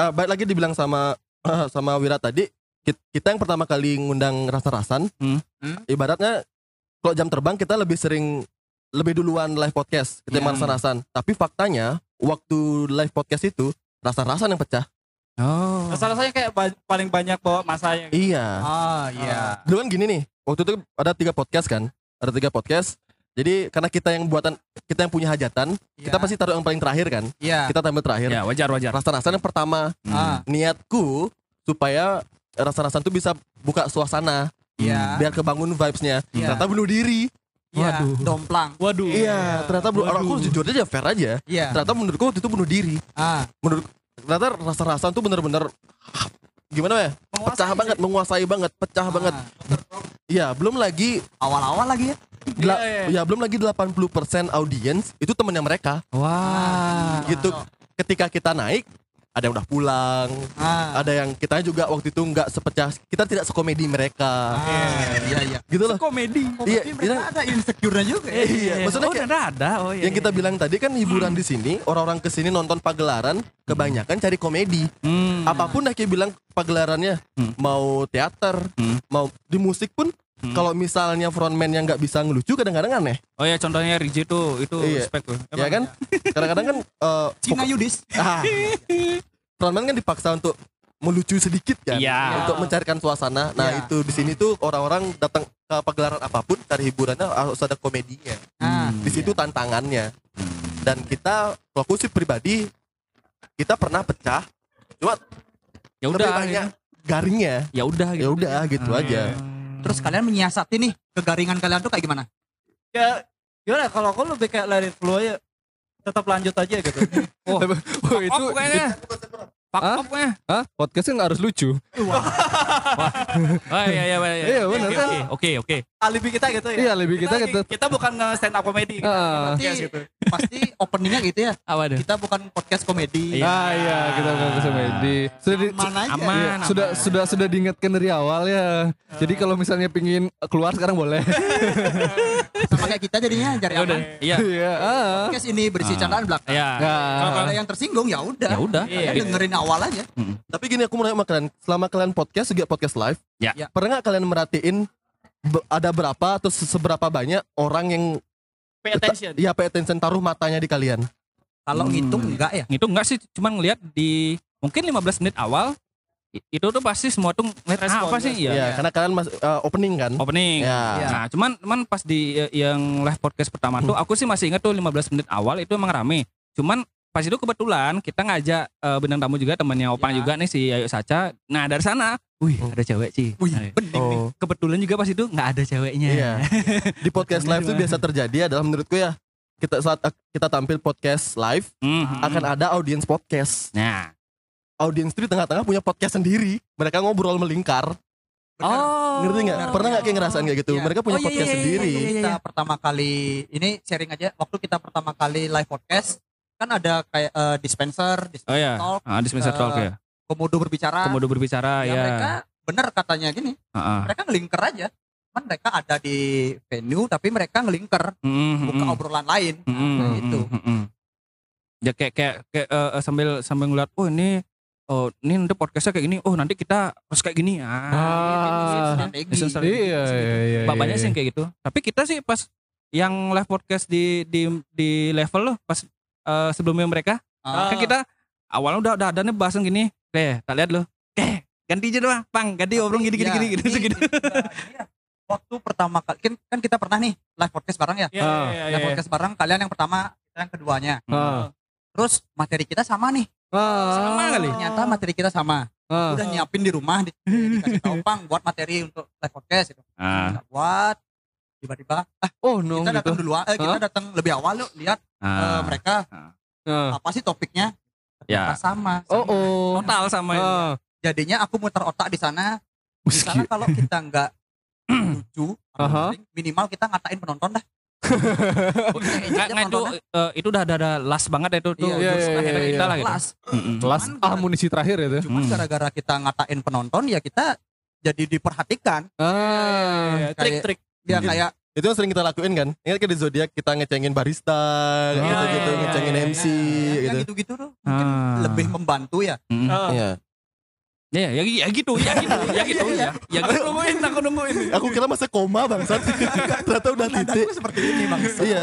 eh, baik lagi dibilang sama [LAUGHS] sama Wira tadi, kit- kita yang pertama kali ngundang rasa-rasan,
Hmm.
Hmm.
ibaratnya kalau jam terbang kita lebih sering lebih duluan live podcast ketimbang
Iya.
rasa-rasan. Tapi faktanya waktu live podcast itu rasa-rasan yang pecah.
Oh.
Rasa-rasanya kayak ba- paling banyak bawa masanya. gitu.
Iya.
ah iya
dulu kan gini nih waktu itu ada tiga podcast kan ada tiga podcast jadi karena kita yang buatan kita yang punya hajatan kita
Iya.
pasti taruh yang paling terakhir kan
iya
kita tampil terakhir
Ya wajar wajar.
rasa-rasa yang pertama
ah
niatku supaya rasa-rasa itu bisa buka suasana Hmm.
iya
biar kebangun vibesnya
Iya.
ternyata bunuh diri
iya
Waduh.
domplang
Waduh.
iya ternyata bunuh aku
Waduh.
jujur aja fair aja
iya
ternyata menurutku waktu itu bunuh diri
ah
menurut ternyata rasa-rasa itu bener-bener gimana ya pecah
Menguasai
banget menguasai banget pecah banget
ah.
iya belum lagi
awal-awal lagi ya
Dela- ya
Iya,
belum lagi 80% audiens itu temennya mereka
Wah.
Ah.
gitu ketika kita naik ada yang udah pulang
ah
ada yang kita juga waktu itu nggak sepecah kita tidak sekomedi mereka
Ah, iya iya
gitu loh
Komedi.
iya
Tapi
iya.
mereka ada insecure-nya juga ya.
Iya, maksudnya
oh, Hmm.
kayak-
udah ada. Oh iya.
yang kita bilang tadi kan hiburan di sini orang-orang kesini nonton pagelaran kebanyakan cari komedi
Hmm.
apapun dah kayak bilang pagelarannya
Hmm.
mau teater
Hmm.
mau di musik pun
Hmm.
kalau misalnya frontman yang nggak bisa ngelucu kadang-kadang aneh
Oh ya contohnya Riji tuh itu
Iya.
respect tuh.
ya kan
iya. [LAUGHS]
kadang-kadang kan eh,
Cina Yudis
ya.
Ah. Frontman kan dipaksa untuk melucu sedikit kan
Iya.
untuk mencairkan suasana. Nah,
Iya.
itu di sini tuh orang-orang datang ke pagelaran apapun cari hiburannya harus ada komedinya.
ah
Di situ tantangannya. Dan kita kalau aku sih pribadi kita pernah pecah cuma
Ya
lebih
udah.
banyak garingnya.
Ya udah
Ya
gitu.
udah gitu aja.
iya.
terus kalian menyiasati nih kegaringan kalian tuh kayak gimana
Ya, gimana kalau aku lebih kayak let it flow aja. Tetap lanjut aja gitu.
Wah,
Itu
itu
kayaknya. Fuck
Hah?
off kayaknya.
Hah? podcastnya nggak harus lucu.
Oh iya iya iya.
Iya, bener
Oke,
kan?
Oke oke oke.
Alibi kita gitu ya.
Iya, lebih kita kita.
kita bukan nge stand up comedy.
Ah.
Iya,
Pasti-
gitu.
pasti openingnya gitu ya
Apa tuh?
kita bukan podcast komedi
Iya.
Ah iya, kita nggak ke Semedi. Sudah di-
aman aja
Aman.
Iya, sudah sudah sudah diingatkan dari awal ya. Jadi
Ah.
kalau misalnya pingin keluar sekarang boleh.
sama kayak kita jadinya cari
Ya udah.
aman
Iya.
Iya. ah.
podcast ini berisi candaan belakang
Iya.
Ya.
Nah,
kalau ada yang tersinggung ya udah
Ya udah.
Iya.
Kalian dengerin awal aja
Tapi gini aku mau nanya sama kalian, selama kalian podcast juga podcast live,
Ya.
Ya.
pernah nggak kalian merhatiin be- ada berapa atau se- seberapa banyak orang yang
Pay attention.
ya pay attention taruh matanya di kalian?
kalau
Hmm.
ngitung enggak ya
Itu enggak sih, cuman ngelihat di mungkin 15 menit awal i- itu tuh pasti semua tuh ngeliat ah,
Respon,
apa sih?
Iya,
Iya.
karena kalian mas, eh, opening kan.
Opening.
Ya.
Iya.
Nah, cuman cuman pas di eh, yang live podcast pertama tuh aku sih masih ingat tuh 15 menit awal itu emang rame. Cuman pas itu kebetulan kita ngajak eh, bintang tamu juga temannya Opang
Ya.
juga nih si Ayu Saca. Nah, dari sana, wih, ada cewek sih. Nah,
bening nih
Oh,
kebetulan juga pas itu nggak ada ceweknya.
iya. Di podcast live itu biasa terjadi adalah menurutku ya kita saat eh, kita tampil podcast live
Mhm.
akan ada audiens podcast.
Nah.
Audiens itu di tengah-tengah punya podcast sendiri. Mereka ngobrol melingkar.
Bener.
Oh.
Ngerti nggak? Pernah nggak kayak ngerasain kayak gitu?
Iya.
Mereka punya
Oh, iya, iya,
podcast
iya,
sendiri.
iya, iya.
kita pertama kali ini sharing aja waktu kita pertama kali live podcast kan ada kayak eh, dispenser, dispenser
Oh ya.
talk
Ah, di semester
Eh,
talk ya.
komodo berbicara
Komodo berbicara
ya,
ya.
mereka bener katanya gini
Heeh.
mereka ngelingker aja cuman mereka ada di venue tapi mereka ngelingker
Mm-hmm.
buka obrolan lain Nah, gitu.
Ya kayak kayak, kayak, eh, eh, sambil sambil ngeliat, oh ini oh ini nanti podcastnya kayak gini, oh nanti kita harus kayak gini ya.
Ah.
Strategi.
Iya,
Iya, iya, iya.
Banyak sih yang kayak gitu. Tapi kita sih pas yang live podcast di di di level loh pas eh, sebelumnya mereka
Ah.
kan kita awalnya udah udah ada nih bahasan gini, eh tak lihat loh, eh ganti aja doang, pang ganti obrol gini gini
Iya,
gini gitu
ini-
gitu.
ini juga, iya. waktu pertama kali kan, kan kita pernah nih live podcast bareng
Iya,
Iya,
ya live podcast bareng kalian yang pertama kita yang keduanya
Ah.
terus materi kita sama nih
Sama kali.
ternyata materi kita sama
Ah.
udah nyiapin di rumah di,
[LAUGHS]
dikasih tahu pang buat materi untuk live podcast gitu
Ah.
Nggak buat tiba-tiba
Oh, no
kita datang
gitu.
duluan eh, kita datang lebih awal yuk lihat eh,
Ah.
mereka
Ah.
apa sih topiknya
Nah. Ya.
Ternyata sama
Oh, oh.
total sama itu.
Ah.
jadinya aku muter otak di sana di sana
Meski-
kalau kita nggak lucu
Aha.
minimal kita ngatain penonton dah Kita ngejek
Nggak,
aja
nggak, itu
penontonnya.
eh, itu udah ada ada last banget itu tuh
Iya,
iya,
jurus
iya,
terakhir
iya,
kita
iya.
lah gitu.
Kelas.
Mm-mm.
Kelas
Cuman gara-
amunisi terakhir ya, itu.
cuman
Hmm.
gara-gara kita ngatain penonton ya kita jadi diperhatikan
Ah.
trik-trik dia
Mungkin.
kayak
Itu yang sering kita lakuin kan? Ingat kan di zodiak kita ngecengin barista,
Iya,
gitu-gitu,
iya,
ngecengin
iya,
MC
ya,
gitu.
gitu gitu tuh mungkin
Ah.
lebih membantu ya
Mm-mm.
Iya.
Ya, ya, ya, ya gitu, ya gitu, ya gitu, ya, ya gitu. nungguin, aku nungguin.
Aku kira masa koma
[LAUGHS]
bangsat. Ternyata udah titik.
Aku seperti ini bang
iya.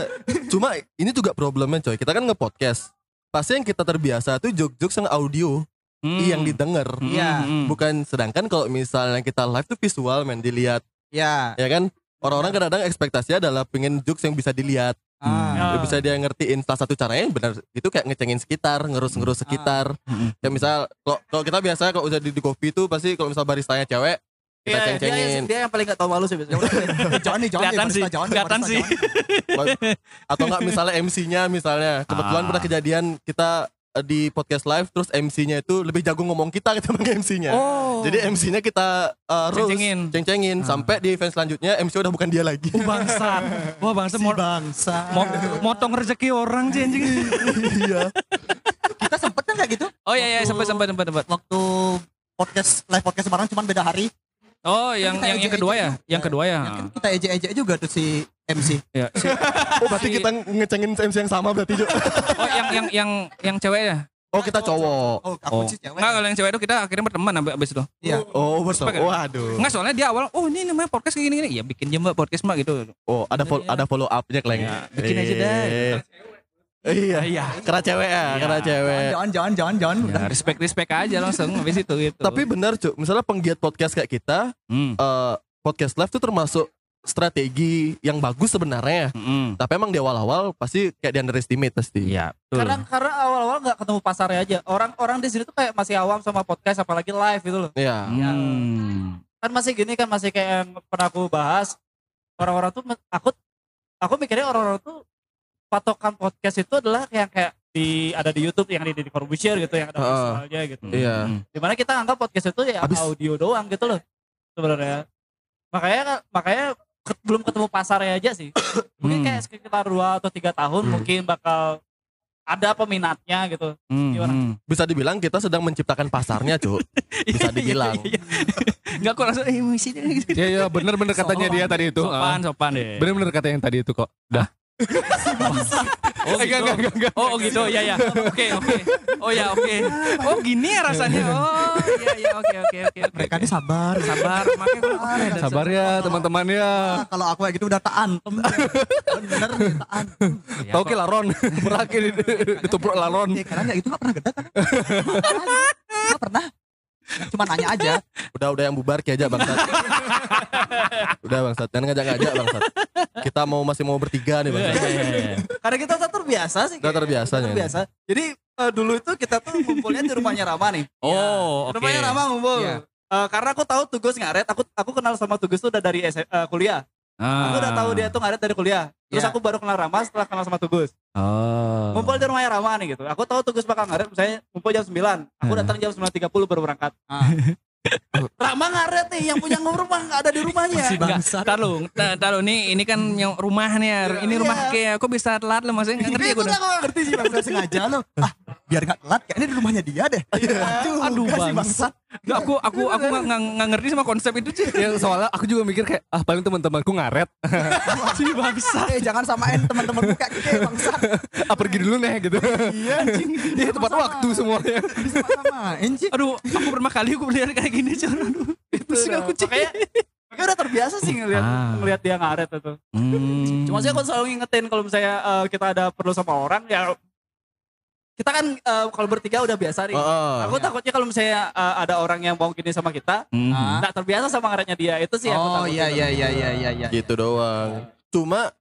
Cuma ini juga problemnya coy. Kita kan nge-podcast. Pasti yang kita terbiasa itu jok-jok sang audio
Mm.
yang didengar.
Hmm.
Iya.
Bukan sedangkan kalau misalnya kita live tuh visual men dilihat
ya
ya kan orang-orang kadang-kadang ekspektasinya adalah pengen jokes yang bisa dilihat
ah.
Ya, bisa dia ngertiin salah satu caranya yang benar itu kayak ngecengin sekitar ngerus-ngerus sekitar
Hmm.
ya misal kalau kalau kita biasa kalau udah di, di kopi itu pasti kalau misal baristanya cewek kita
Iya, dia,
ceng-cengin
dia yang paling gak tau malu
[LAUGHS]
sih biasanya.
jangan nih jangan nih,
Kelihatan
barista,
sih,
jangan nih,
kelihatan
barista,
sih.
jangan.
atau enggak misalnya MC-nya misalnya kebetulan
Ah.
pernah kejadian kita eh, di podcast live terus MC-nya itu lebih jago ngomong kita ketimbang MC-nya
Oh.
jadi MC-nya kita eh, roast,
Ceng-cengin.
ceng-cengin sampai di event selanjutnya MC udah bukan dia lagi
bangsat. Wah, bangsat
si
mau
bangsa
mau motong rezeki orang sih anjing.
iya
kita sempet kan kayak gitu
Oh iya iya sempat sempat sempat sempat.
waktu podcast live podcast bareng cuman beda hari
Oh yang yang yang kedua ya, yang kedua ya.
kan kita ejek-ejek juga tuh si MC
Ya. si-
oh berarti kita ngecengin MC yang sama berarti Jo.
Oh yang yang yang yang cewek ya.
oh kita cowok
Oh.
oh aku sih cewek
Enggak kalau yang cewek itu kita akhirnya berteman abis abis itu.
iya
Oh, bersama. Waduh.
Enggak soalnya dia awal, oh ini namanya podcast kayak gini-gini. Ya bikin aja mbak podcast mbak gitu.
Oh, ada follow, ada follow up-nya Kleng.
bikin aja dah.
Eh. Iya, iya. Karena cewek ya, karena cewek.
jangan jangan jangan jangan udah
Ya, respect respect aja langsung habis itu gitu.
Tapi benar, Cuk. Misalnya penggiat podcast kayak kita,
Hmm.
eh, podcast live itu termasuk strategi yang bagus sebenarnya. ya.
Mm-mm.
Tapi emang di awal-awal pasti kayak di underestimate pasti.
hmm. Iya, betul.
Karena karena awal-awal nggak ketemu pasarnya aja. Orang-orang di sini tuh kayak masih awam sama podcast apalagi live gitu loh.
Iya.
Hmm.
Kan masih gini kan masih kayak yang pernah aku bahas. Orang-orang tuh men- aku aku mikirnya orang-orang tuh patokan podcast itu adalah yang kayak di ada di YouTube yang di di Corbusier gitu yang ada
Heeh.
visualnya gitu.
Iya.
Dimana kita anggap podcast itu ya
Habis.
audio doang gitu loh sebenarnya. Makanya kan- makanya ke- belum ketemu pasarnya aja sih.
Hmm.
Mungkin kayak sekitar dua atau tiga tahun mungkin bakal ada peminatnya gitu.
Hmm.
Iya, orang.
hmm.
Bisa dibilang kita sedang menciptakan pasarnya, Cuk.
Iya,
Bisa dibilang.
Enggak kok langsung eh misi deh, gitu.
Iya, iya, bener-bener katanya dia tadi itu. Ah.
Sopan, sopan deh.
Bener-bener kata yang tadi itu kok. Dah.
Oh, gitu.
Eh, enggak, enggak, enggak, enggak.
Oh, oh gitu. Ya, ya. Oke, oke. Oh ya, oke. Oh, gini ya rasanya. [LAUGHS] Oh, iya, iya. Oke, oke, oke. oke.
mereka ini sabar
sabar. Makanya kalau kemarin ada-
Sabar ya teman-teman ya.
Ah, kalau aku kayak gitu udah taan bener nih, taan
Ya,
Tau ke laron. [LAUGHS] Berakhir ditubruk laron.
ya, kalian kayak gitu gak pernah gedak kan gak pernah cuma nanya aja
Udah udah yang bubar Ki aja
[LAUGHS]
bangsat. udah bangsat, jangan ngajak-ngajak bangsat. Kita mau masih mau bertiga nih
Iya, iya,
bangsat.
iya, iya.
Karena kita tuh terbiasa sih.
Udah
kayaknya.
terbiasa,
Kita
ya.
terbiasa. Jadi eh, dulu itu kita tuh ngumpulnya di rumahnya Rama nih.
Oh, oke.
Rumahnya Rama ngumpul.
Iya.
Eh, karena aku tahu Tugas ngaret, aku aku kenal sama Tugas tuh udah dari SM, eh, kuliah.
Ah.
Aku udah tahu dia tuh ngaret dari kuliah. Terus
Iya.
aku baru kenal Rama setelah kenal sama Tugas.
Oh.
Ngumpul di rumahnya Rama nih gitu. Aku tahu Tugas bakal ngaret misalnya ngumpul jam 9. Aku datang jam 9.30 baru berangkat.
Ah.
Rama ngaret nih yang punya rumah nggak ada di rumahnya.
si
Enggak,
bangsa
tar lu, tar tar lu, nih ini kan yang rumah nih, ya. ini rumah
Iya.
kayak aku bisa telat lu maksudnya enggak ngerti
Iya,
Itu
aku. dah.
aku nggak ngerti sih.
udah sengaja loh ah biar gak telat kayaknya di rumahnya dia deh aduh,
Aduh, bangsat.
kasih bangsat
Nggak, aku aku aku nggak- nggak nggak ngerti sama konsep itu sih.
Ya, soalnya aku juga mikir kayak ah paling teman-temanku ngaret.
Si bangsa.
Eh jangan samain teman-temanku kayak kita bangsat.
ah pergi dulu nih gitu. Iya anjing. Iya tepat
Sama-sama.
waktu semuanya.
Sama Enci.
Aduh, aku pernah kali aku melihat kayak gini cuy. Aduh, [LAUGHS] pusing aku cuy.
Makanya, makanya udah terbiasa sih ngelihat
Ah. Hmm.
ngelihat dia ngaret itu. Cuma sih aku selalu ngingetin kalau misalnya eh, kita ada perlu sama orang ya kita kan eh, kalau bertiga udah
Oh,
biasa nih.
Heeh.
aku
iya.
takutnya kalau misalnya eh, ada orang yang mau gini sama kita,
Hmm.
nggak terbiasa sama ngaretnya dia itu Ah, sih aku
Mm-hmm. Oh
takutin.
iya iya iya iya iya iya.
gitu doang. Cuma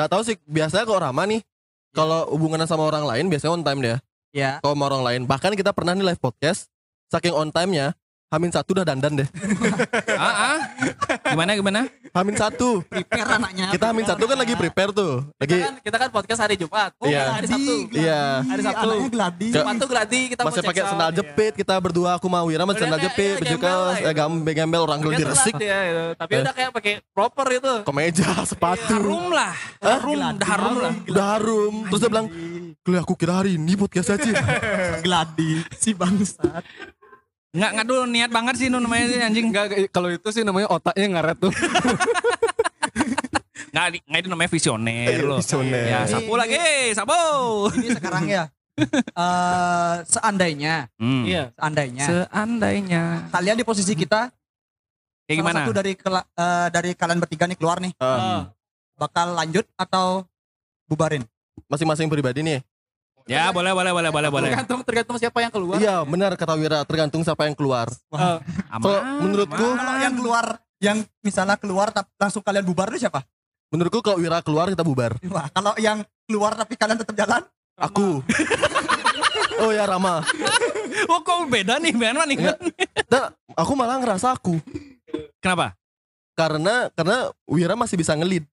nggak tahu sih biasanya kalau Rama nih
Iya.
kalau hubungannya sama orang lain biasanya on time dia.
Iya.
Kalau sama orang lain bahkan kita pernah nih live podcast saking on time-nya Hamin satu udah dandan deh.
Ah, ah. Gimana gimana?
Hamin satu.
Prepare anaknya.
Kita Hamin satu kan lagi prepare tuh.
Kita
Lagi
kan, kita kan podcast hari Jumat. Oh,
Iya.
hari Sabtu.
iya.
Hari Sabtu.
Anaknya gladi.
Jumat tuh geladi kita
Masih
mau
pakai
check
sendal
sound.
jepit kita berdua aku mau Wira
Udah
masih sendal
kayak-
jepit
iya,
baju
gembel lah
kaos
itu.
eh, gambe gembel orang dulu
Dia telat
diresik
dia, gitu. Tapi
Eh.
udah kayak pakai proper itu.
kemeja sepatu
Harum lah. Harum, dah harum lah.
udah harum terus dia bilang Gila aku kira hari ini podcast aja
Gladi si bangsat.
Nggak nggak dulu niat banget sih nu namanya sih, anjing.
Enggak kalau itu sih namanya otaknya ngaret tuh.
Nggak di- nggak itu namanya visioner loh.
Visioner.
Ya, sapu lagi, eh, sapu.
Ini sekarang ya. Eh seandainya,
Hmm.
Iya.
seandainya
Seandainya
kalian di posisi kita
Hmm.
kayak
salah
gimana?
satu dari kela- eh, dari kalian bertiga nih keluar nih
Eh,
bakal lanjut atau bubarin?
masing-masing pribadi nih
Ya, boleh boleh boleh boleh boleh.
kan.
Tergantung tergantung siapa yang keluar.
iya benar kata Wira tergantung siapa yang keluar
Eh,
Kalau menurutku
Kalau yang keluar yang misalnya keluar tap- langsung kalian bubar itu siapa?
menurutku kalau Wira keluar kita bubar
Wah, kalau yang keluar tapi kalian tetap jalan
aku oh ya Rama
Oh, kok beda nih, Ben? Wan, nih?
Nah, aku malah ngerasa aku
Kenapa?
karena karena Wira masih bisa ngelid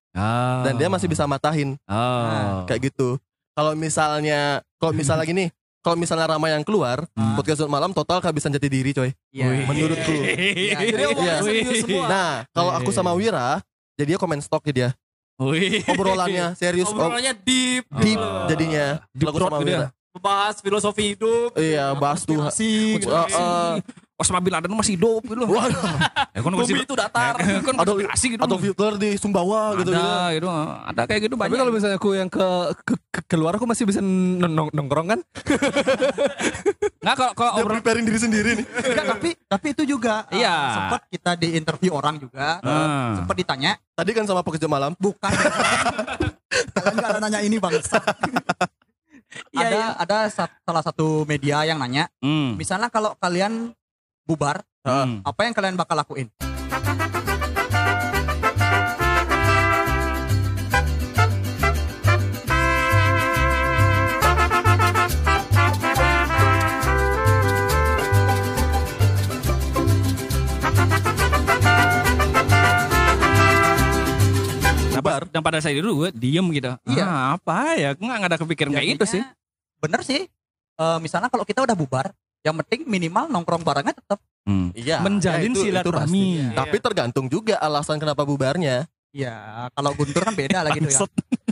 dan dia masih bisa matahin
Oh.
kayak gitu. Kalau misalnya kalau misalnya gini, kalau misalnya Rama yang keluar, podcast Zon malam total kehabisan jati diri, coy.
Iya.
Menurutku.
Iya,
jadi omongannya
Iya.
serius semua.
Nah, kalau aku sama Wira, jadi dia komen stok dia.
Wih.
[LAUGHS]
Obrolannya serius, ob-
Obrolannya deep,
deep
Oh.
jadinya.
Deep
Aku
throat
sama
gitu
Wira.
membahas filosofi hidup.
Iya, bahas tuh.
si
Eh, eh,
Osama Bin Laden masih hidup gitu.
Waduh,
Ya, kan
Bumi itu datar.
kan
Ada-
konspirasi gitu.
atau filter di Sumbawa gitu.
ada gitu. Ada kayak gitu
Tapi
banyak.
kalau misalnya aku yang ke, ke- ke- keluar aku masih bisa nong- nong- nongkrong kan?
Nggak, kalau kalau
Dia
obrolan
preparing diri sendiri nih.
[LAUGHS] Enggak, tapi tapi itu juga eh,
Iya.
sempat kita di interview orang juga
Ah.
sempat ditanya
Tadi kan sama podcast Zon malam.
bukan [LAUGHS] kalian nggak ada nanya ini
[LAUGHS]
bang
Iya,
ada
iya.
ada sa- salah satu media yang nanya
Hmm.
misalnya kalau kalian bubar
Ah,
Hmm.
apa yang kalian bakal lakuin
Bubar.
Dan pada saat itu gue diem gitu.
Iya.
Ah, apa ya? Gue nggak nggak ada kepikiran kayak itu
Iya.
sih.
bener sih Eh, misalnya kalau kita udah bubar yang penting minimal nongkrong barengnya tetap
Hmm.
Iya.
Menjalin
ya itu- itu
silaturahmi.
pasti. Tapi tergantung juga alasan kenapa bubarnya.
ya kalau Guntur kan beda lagi tuh ya
Bangsat.
[LAUGHS]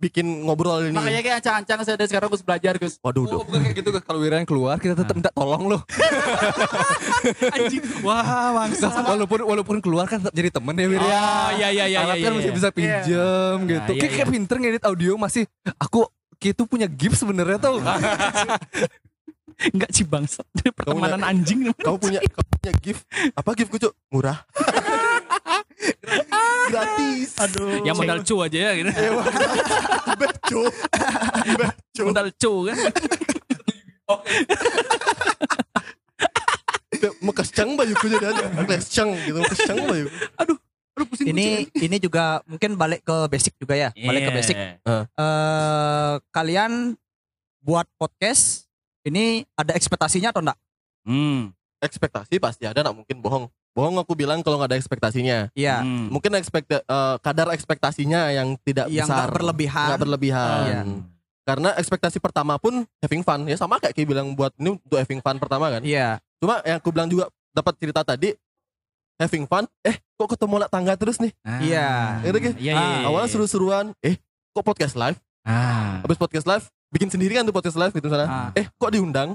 bikin ngobrol ini.
Makanya kayak ancang-ancang saya dari sekarang harus belajar Gus.
Waduh, duh.
bukan kayak gitu kalau Wira yang keluar kita tetap minta tolong loh.
Anjing.
Wah, bangsa. Walaupun walaupun keluar kan tetap jadi temen ya Wira.
Oh iya iya iya
Alat
iya.
kan masih bisa pinjem
Nah,
gitu.
iya,
Kayak- Kayak pinter ngedit audio masih aku Kayak itu punya gift sebenarnya tau
Iya.
Enggak sih bangsa. Pertemanan anjing.
Kamu punya kamu punya gift apa gift kucuk
[LAUGHS]
murah gratis aduh
Ya modal cu aja ya gitu.
beco
Modal cu kan.
mekesceng bayu ku jadi aja kesceng gitu mekesceng bayu
ini ini juga mungkin balik ke basic juga ya balik ke basic
Iya.
eh kalian buat podcast ini ada ekspektasinya atau enggak
Hmm.
ekspektasi pasti ada nggak mungkin bohong bohong aku bilang kalau nggak ada ekspektasinya
Iya.
Hmm.
mungkin ekspekt eh, kadar ekspektasinya yang tidak
Yang
besar
nggak berlebihan.
nggak berlebihan
Iya.
karena ekspektasi pertama pun having fun ya sama kayak kayak bilang buat ini untuk having fun pertama kan
Iya.
cuma yang aku bilang juga dapat cerita tadi having fun eh kok ketemu anak tangga terus nih
Ah.
Iya.
Ngerti nggak?
Iya,
Ah,
iya, iya.
awalnya seru-seruan eh kok podcast live
Nah.
Ah.
habis podcast live bikin sendiri kan tuh podcast live gitu
Ah.
misalnya eh kok diundang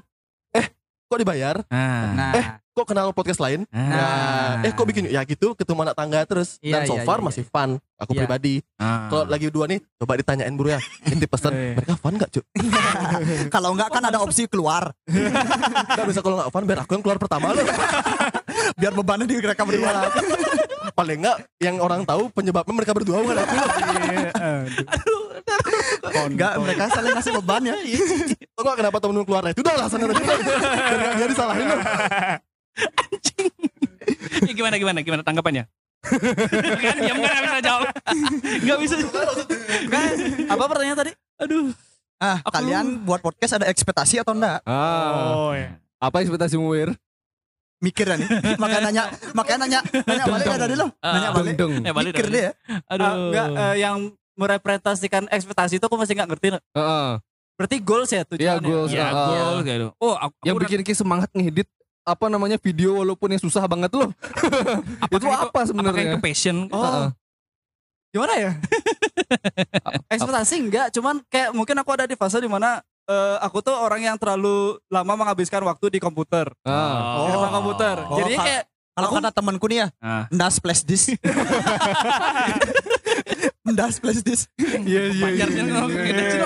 eh kok dibayar
Ah.
Nah,
kok kenal podcast lain
Ah.
Nah, eh kok bikin ya gitu ketemu anak tangga terus
Iya,
dan so
iya,
far
iya,
masih fun aku
Iya.
pribadi
Ah.
kalau lagi dua nih coba ditanyain bro ya inti
[LAUGHS]
pesan
Iya.
mereka fun gak cuy
kalau enggak kan ada opsi keluar
nggak bisa kalau gak fun biar aku yang keluar pertama loh
biar bebannya di mereka [LAUGHS] berdua.
paling nggak yang orang tahu penyebabnya mereka berdua bukan aku loh
Enggak, Iya, mereka saling ngasih beban ya.
Tau nggak kenapa temen lu keluar Nah, itu udah lah
[LAUGHS]
sana jadi jadi salahin lo
Ya, gimana gimana gimana [LAUGHS] tanggapannya? kan diam kan nggak bisa jawab. Enggak bisa.
Apa pertanyaan tadi?
Aduh.
Ah, kalian buat podcast ada ekspektasi atau enggak?
Ah,
Oh ya.
apa ekspektasimu Wir?
Mikir ya nih. Makanya nanya, makanya nanya, nanya balik ya tadi lo. Nanya balik.
Deng-deng.
Ya balik
Mikir
dong.
deh ya.
Aduh.
Ah, enggak, eh, yang merepresentasikan ekspektasi itu aku masih nggak ngerti. Nek.
Heeh.
Berarti goals ya
Iya,
tujuannya.
goals.
ya,
Ah.
goals kayak gitu. Oh, aku,
Yang bikin Ki semangat ngedit apa namanya video walaupun yang susah banget
[LAUGHS]
loh. itu
sebenarnya?
apa sebenarnya?
Itu passion.
Heeh.
Gimana ya? ekspektasi enggak, cuman kayak mungkin aku ada di fase dimana eh, aku tuh orang yang terlalu lama menghabiskan waktu di komputer.
Oh.
Ah.
Di depan komputer.
Oh,
Jadi
Kak.
kayak
Kalau kata temanku nih ya,
Ah.
ndas flash disk.
[LAUGHS]
ndas flash disk.
Iya iya.
Pacar
iya,
sih,
iya,
kalau
iya,
kita
iya,
sih,
iya.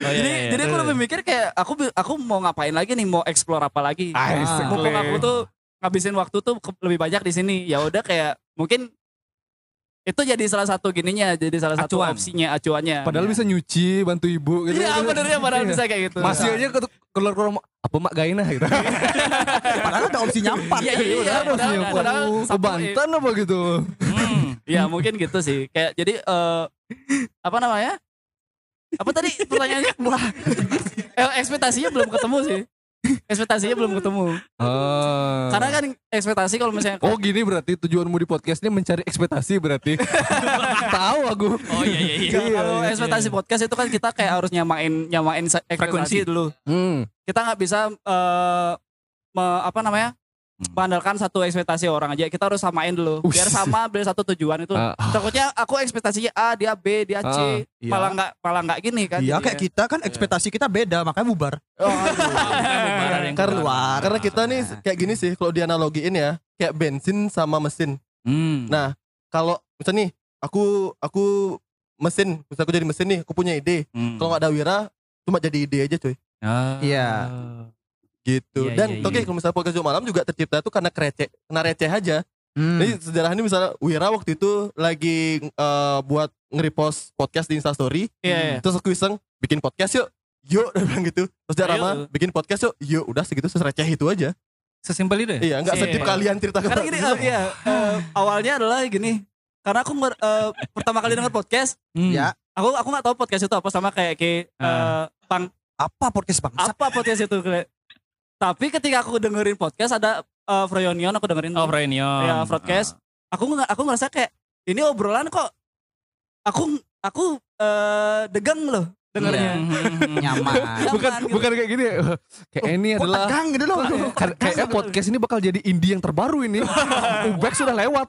jadi
iya,
jadi aku lebih mikir kayak aku bi- aku mau ngapain lagi nih, mau explore apa lagi.
Ah,
Iya.
Nah, Mumpung aku tuh ngabisin waktu tuh ke- lebih banyak di sini. Ya udah kayak mungkin itu jadi salah satu gininya, jadi salah satu
Acuan.
opsinya, acuannya.
Padahal bisa nyuci, bantu ibu gitu.
Iya, bener ya, padahal bisa kayak gitu.
Masih aja ke- keluar-keluar "Mak, apa mak
[LAUGHS]
gainah gitu.
Padahal ada opsi nyampar.
Iya, iya, iya. Padahal,
Iya,
padahal
waduh, ke
Sabtu-
Banten apa gitu.
Hmm.
Ya mungkin gitu sih. Kayak jadi eh apa namanya? Apa tadi pertanyaannya? Wah. Eh, ekspektasinya belum ketemu sih. Ekspektasinya belum ketemu.
Ah.
Karena kan ekspektasi kalau misalnya
Oh gini berarti tujuanmu di podcast ini mencari ekspektasi berati.
[LAUGHS]
Tahu aku.
Oh iya iya iya.
kalau ekspektasi podcast itu kan kita kayak harus nyamain nyamain se-
Frekuensi.
ekspektasi dulu.
Hmm.
Kita nggak bisa eh me- apa namanya? mengandalkan satu ekspektasi orang aja kita harus samain dulu biar
Ush.
sama biar satu tujuan itu
Ah.
takutnya aku ekspektasinya A dia B dia
Ah,
C
iya.
malah nggak malah nggak gini kan
Iya,
gitu.
jadinya.
kayak kita kan ekspektasi kita beda, makanya bubar.
Oh, aduh.
Keluar.
karena karena kita nih kayak gini sih kalau dianalogiin ya kayak bensin sama mesin
Hmm.
Nah, kalau misalnya nih aku aku mesin, misalnya aku jadi mesin nih, aku punya ide.
Hmm.
Kalau nggak ada Wira, cuma jadi ide aja cuy.
Ah.
Iya.
Gitu.
Iya,
Dan
iya,
oke
iya.
kalau misalnya podcast Jumat malam juga tercipta itu karena receh, karena receh aja.
Hmm.
Jadi sederhana misalnya Wira waktu itu lagi eh, buat nge-repost podcast di Instastory, Hmm.
Iya, iya.
terus aku iseng bikin podcast yuk. Yuk, [LAUGHS] dia bilang gitu. Terus dia
Ayo.
Rama bikin podcast yuk. Yuk, udah segitu sereceh itu aja.
Sesimpel itu ya?
Iya, nggak
Iya.
sedip kalian cerita
Karena
ke-
gini, eh, iya, eh, awalnya adalah gini. Karena aku nger- eh, pertama kali denger podcast,
Hmm.
Ya.
aku aku nggak tahu podcast itu apa sama kayak ke eh, pang
Apa podcast bangsa?
apa podcast itu kayak. Tapi ketika aku dengerin podcast ada eh, Froyonion aku dengerin.
Oh, Hmm. Frenion.
Iya, broadcast.
ah.
Aku nggak aku ngerasa kayak ini obrolan kok aku aku eh, degang loh
Hmm.
dengernya.
Iya. Nyaman.
[LAUGHS]
Nyaman,
Bukan
gitu.
bukan kayak gini. Kayak ini
Kok
adalah
tegang gitu loh.
Kar- kayaknya podcast ini bakal jadi indie yang terbaru
[LAUGHS]
ini. Ubek sudah lewat.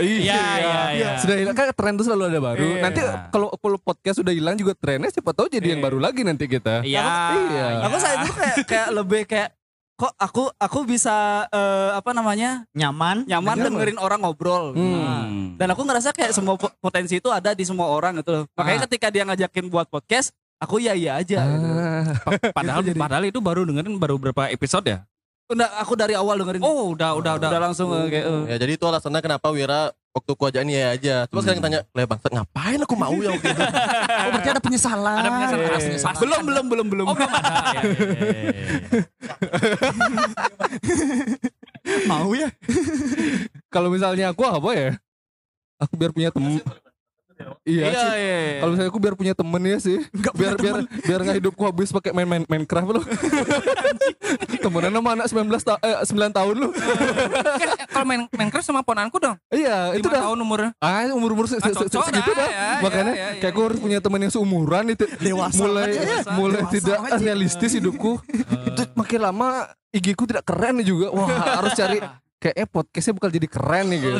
Iya, iya, iya.
Sudah hilang kan tren itu selalu ada baru.
Iya.
Nanti kalau kalau podcast sudah hilang juga trennya siapa tahu jadi yang baru lagi nanti kita.
Iya.
[LAUGHS] Iya.
Aku saat itu kayak kayak lebih kayak kok aku aku bisa eh, apa namanya
Nyaman.
nyaman dengerin orang ngobrol. Nah,
Hmm.
Dan aku ngerasa kayak semua po- potensi itu ada di semua orang gitu loh.
Ah.
Makanya ketika dia ngajakin buat podcast, aku ya iya aja. gitu.
Ah.
Padahal padahal itu baru dengerin baru berapa episode ya?
Udah aku dari awal dengerin.
Oh, udah udah udah.
udah langsung eh, kayak eh.
Ya jadi itu alasannya kenapa Wira waktu ku ajakin ya aja. Coba sekarang
Hmm.
tanya, "Lah bangsat ngapain aku mau ya
[LAUGHS]
waktu itu?"
Oh, berarti ada penyesalan.
Ada penyesalan, ada
Ah.
penyesalan.
belum belum belum belum.
Oh, belum ada. Ya, ya, ya, ya. iya.
Mau ya?
Kalau misalnya aku apa ya? Aku biar punya teman. Iya,
Iya,
Ci.
iya.
Kalau misalnya aku biar punya temen ya sih. biar biar biar nggak hidupku habis pakai main, main Minecraft
[LAUGHS]
loh. Temenan sama anak 19 ta eh, 9 tahun loh.
Kan, eh, Kalau main Minecraft sama
[LAUGHS]
ponanku dong.
Iya, itu
Lima
dah.
tahun umurnya.
Ah, umur-umur se- se-
Ah,
se-
cocok
segitu
dah,
dah.
ya,
Makanya
ya, ya,
kayak aku
ya.
harus punya temen yang seumuran itu.
Dewasa
mulai
banget ya.
mulai
Dewasa
tidak
banget, Ci.
realistis hidupku. [LAUGHS] itu makin lama IG ku tidak keren juga. Wah, harus cari kayaknya podcastnya bakal jadi keren nih gitu.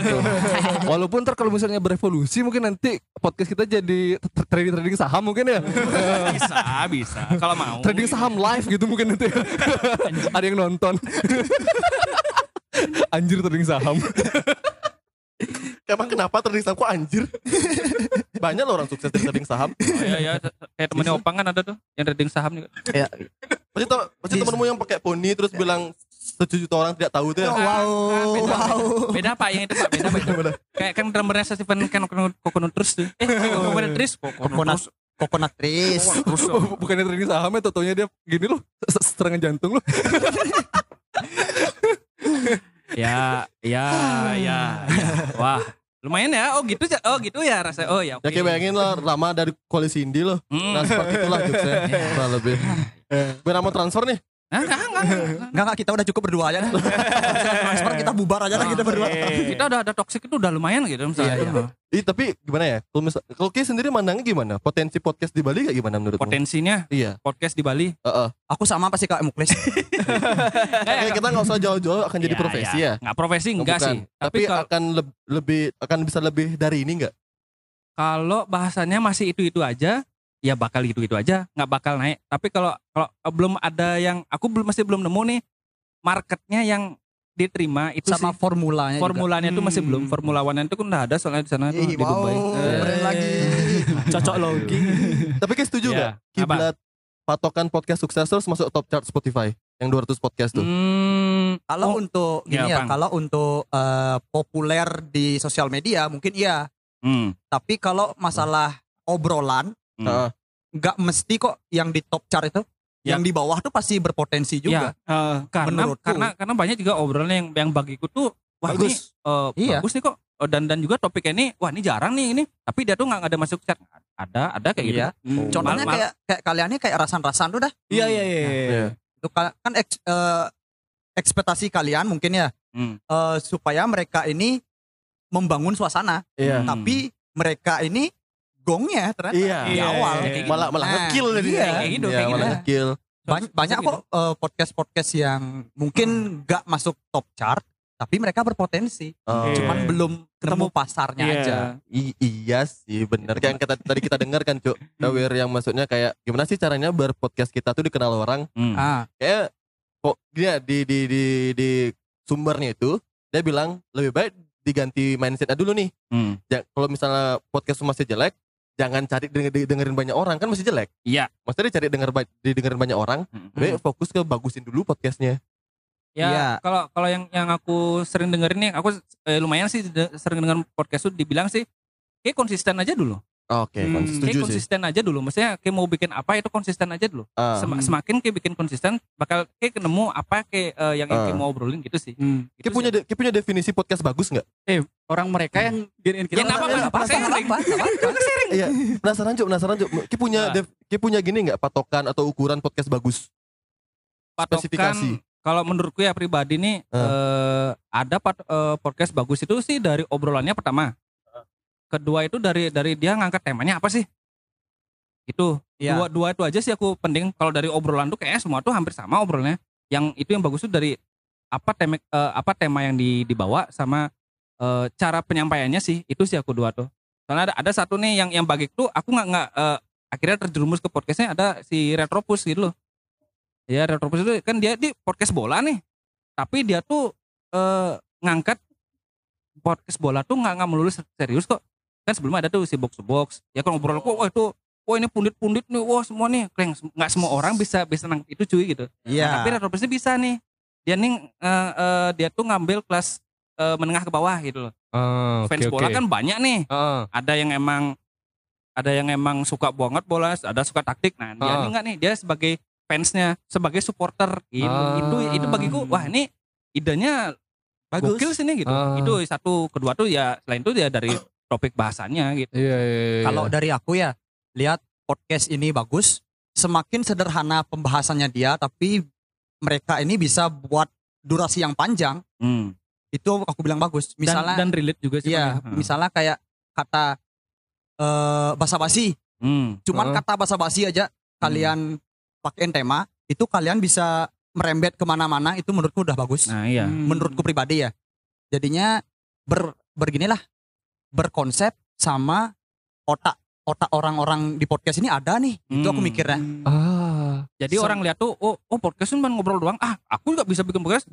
Walaupun ntar kalau misalnya berevolusi mungkin nanti podcast kita jadi trading trading saham mungkin ya.
bisa, bisa. Kalau mau.
trading saham live gitu mungkin nanti ada yang
[LAUGHS]
nonton anjir trading saham
Emang kenapa trading saham kok anjir? [LAUGHS] Banyak loh orang sukses dari trading saham.
Iya, iya. Kayak temennya Opang kan ada tuh yang trading saham juga.
Pasti tau- pasti temenmu yang pakai poni terus bilang setuju juta orang tidak tahu tuh ya.
Iya.
Wow,
beda,
wow.
Beda Pak, yang itu Pak, beda Pak. Kayak kan drummernya Stephen kan Coconut Trus tuh. Eh, Coconut Trus, Coconut
Coconut, coconut trees.
bukannya trading saham ya totonya dia gini loh se- se- serangan jantung loh
Ya, ya, ya. ya. Wah, lumayan ya. Oh gitu, ja- oh gitu ya rasanya. Oh ya.
Ya
oke.
kayak bayangin
Hmm.
lah Rama dari koalisi Indi loh.
Hmm.
Nah seperti itulah jokesnya kurang lebih. Biar mau transfer nih.
Hah, Nah, enggak, enggak, enggak.
Enggak enggak kita udah cukup berdua
[LAUGHS]
aja dah. Transfer kita bubar aja dah kita berdua.
Kita udah ada toxic itu udah lumayan gitu misalnya.
Ih, tapi gimana ya? Kalau misal kalau Ki sendiri mandangnya gimana? Potensi podcast di Bali kayak gimana menurut
Potensinya
Iya.
podcast di Bali.
Heeh.
Aku sama pasti Kak Muklis.
Kayak kita nggak usah jauh-jauh akan jadi
Ya,
profesi ya.
Enggak profesi Eh, enggak
Bukan.
sih.
Tapi,
Tapi kalau
akan leb- lebih akan bisa lebih dari ini enggak?
kalau bahasanya masih itu-itu aja, ya bakal itu-itu aja, nggak bakal naik. Tapi kalau kalau eh, belum ada yang aku belum masih belum nemu nih marketnya yang diterima itu
sama
sih.
formulanya juga.
formulanya itu masih belum formula one itu kan udah ada soalnya di sana tuh, di Dubai. Eh,
keren lagi.
Cocok logi.
Tapi Ki setuju
Iya.
enggak? Kiblat patokan podcast sukses terus masuk top chart Spotify yang 200 podcast tuh.
Hmm,
Kalau
Oh,
untuk gini
iya,
ya,
Bang.
kalau untuk eh, populer di sosial media mungkin iya,
hmm,
tapi kalau masalah obrolan
hmm.
Heeh.
nggak mesti kok yang di top chart itu,
Ya.
yang di bawah tuh pasti berpotensi
Ya,
juga.
eh, karena
menurutku.
karena karena banyak juga obrolan yang yang bagiku tuh wah
Bagus.
ini eh,
Iya.
bagus nih kok Eh, dan dan juga topiknya ini wah ini jarang nih ini tapi dia tuh nggak nggak ada masuk chat ada ada kayak gitu
Iya.
Hmm.
Contohnya
Mal- mal-
kayak kayak kaliannya kayak rasan-rasan tuh dah.
Iya, iya, iya.
Iya.
Itu ka- kan eks- eh, ekspektasi kalian mungkin ya
Hmm.
eh, supaya mereka ini membangun suasana,
Iya.
Hmm.
tapi mereka ini gongnya ternyata
Iya.
di awal.
Iya.
Malah malah
Nah,
ngekill jadi.
iya.
Kayak gitu,
Iya,
kayak
malah
gitu.
ngekill.
Bany-
Terus- gitu.
banyak
terus
kok eh, podcast-podcast yang mungkin nggak masuk top chart tapi mereka berpotensi
Oh.
Iya.
cuman belum ketemu
Ketemu-
pasarnya
Iya.
aja
I- iya sih bener kayak yang kata, tadi kita dengar kan
[LAUGHS]
cuk
Hmm.
Dawir yang maksudnya kayak gimana sih caranya berpodcast kita tuh dikenal orang
Hmm.
ah
kayak kok dia di di di di sumbernya itu dia bilang lebih baik diganti mindsetnya dulu nih
Hmm.
Ja- kalau misalnya podcast lu masih jelek jangan cari denger- dengerin banyak orang kan masih jelek
Iya.
maksudnya dicari denger ba- didengerin banyak orang
Hmm.
baik fokus ke bagusin dulu podcastnya
Iya.
Ya, kalau kalau yang yang aku sering dengerin nih, aku eh, lumayan sih de- sering denger podcast tuh dibilang sih kayak konsisten aja dulu.
oke
Hmm.
Kon, setuju
Kayak
sih
konsisten aja dulu. Maksudnya kayak mau bikin apa itu konsisten aja dulu.
Ah,
Sem- Semakin kayak bikin konsisten, bakal kayak nemu apa kayak eh, yang, yang kayak
Ah.
mau obrolin gitu sih. Gitu
Ki punya
sih.
de- Ki punya definisi podcast bagus nggak
Orang mereka yang
Ya
giniin kita.
nggak apa-apa, nggak apa-apa, saya sering.
Iya, penasaran cuk, penasaran cuk. Ki punya
Ah.
Nah.
dev- Ki punya gini nggak patokan atau ukuran podcast bagus?
Patokan,
Spesifikasi.
kalau menurutku ya pribadi nih
Ah.
eh, ada pat- eh, podcast bagus itu sih dari obrolannya pertama. Kedua itu dari dari dia ngangkat temanya apa sih? Itu.
Iya.
Dua dua itu aja sih aku penting kalau dari obrolan tuh kayaknya semua tuh hampir sama obrolannya. Yang itu yang bagus tuh dari apa tema eh, apa tema yang di- dibawa sama eh, cara penyampaiannya sih. Itu sih aku dua tuh. Soalnya ada ada satu nih yang yang bagi tuh aku nggak nggak eh, akhirnya terjerumus ke podcastnya ada si Retropus gitu loh. Ya Retropus itu kan dia di podcast bola nih. Tapi dia tuh eh, ngangkat podcast bola tuh nggak nggak melulu ser- serius kok. Kan sebelumnya ada tuh si box to box. Ya kan ngobrol kok wah itu wah ini pundit-pundit nih wah semua nih keren nggak semua orang bisa bisa nangkep itu cuy gitu.
iya
Nah, tapi Retropusnya bisa nih. Dia nih eh, eh, dia tuh ngambil kelas eh, menengah ke bawah gitu loh.
Ah, oke,
Fans bola
oke.
kan banyak nih
Ah,
ada yang emang ada yang emang suka banget bola, ada suka taktik. Nah, dia
Ah.
ini enggak nih, dia sebagai fansnya, sebagai supporter gitu.
Ah.
Itu itu bagiku wah ini idenya
Bagus.
gokil sini gitu.
Ah.
Itu satu, kedua tuh ya selain itu ya dari topik bahasannya gitu.
Iya, iya, iya.
Kalau dari aku ya, lihat podcast ini bagus. Semakin sederhana pembahasannya dia, tapi mereka ini bisa buat durasi yang panjang.
Hmm.
Itu aku bilang bagus.
Dan,
Misalnya,
dan relate juga sih.
iya,
Bang, ya.
misalnya kayak kata eh basa-basi,
Hmm.
cuman kan
Heeh.
kata basa-basi aja kalian pakein tema, itu kalian bisa merembet kemana-mana. Itu menurutku udah bagus.
Nah iya.
menurutku pribadi ya. Jadinya ber beginilah berkonsep sama otak otak orang-orang di podcast ini ada nih. Itu aku
Hmm.
mikirnya.
Ah.
Jadi
Sem-
orang lihat tuh, oh, oh podcast cuma ngobrol doang. Ah, aku juga bisa bikin podcast.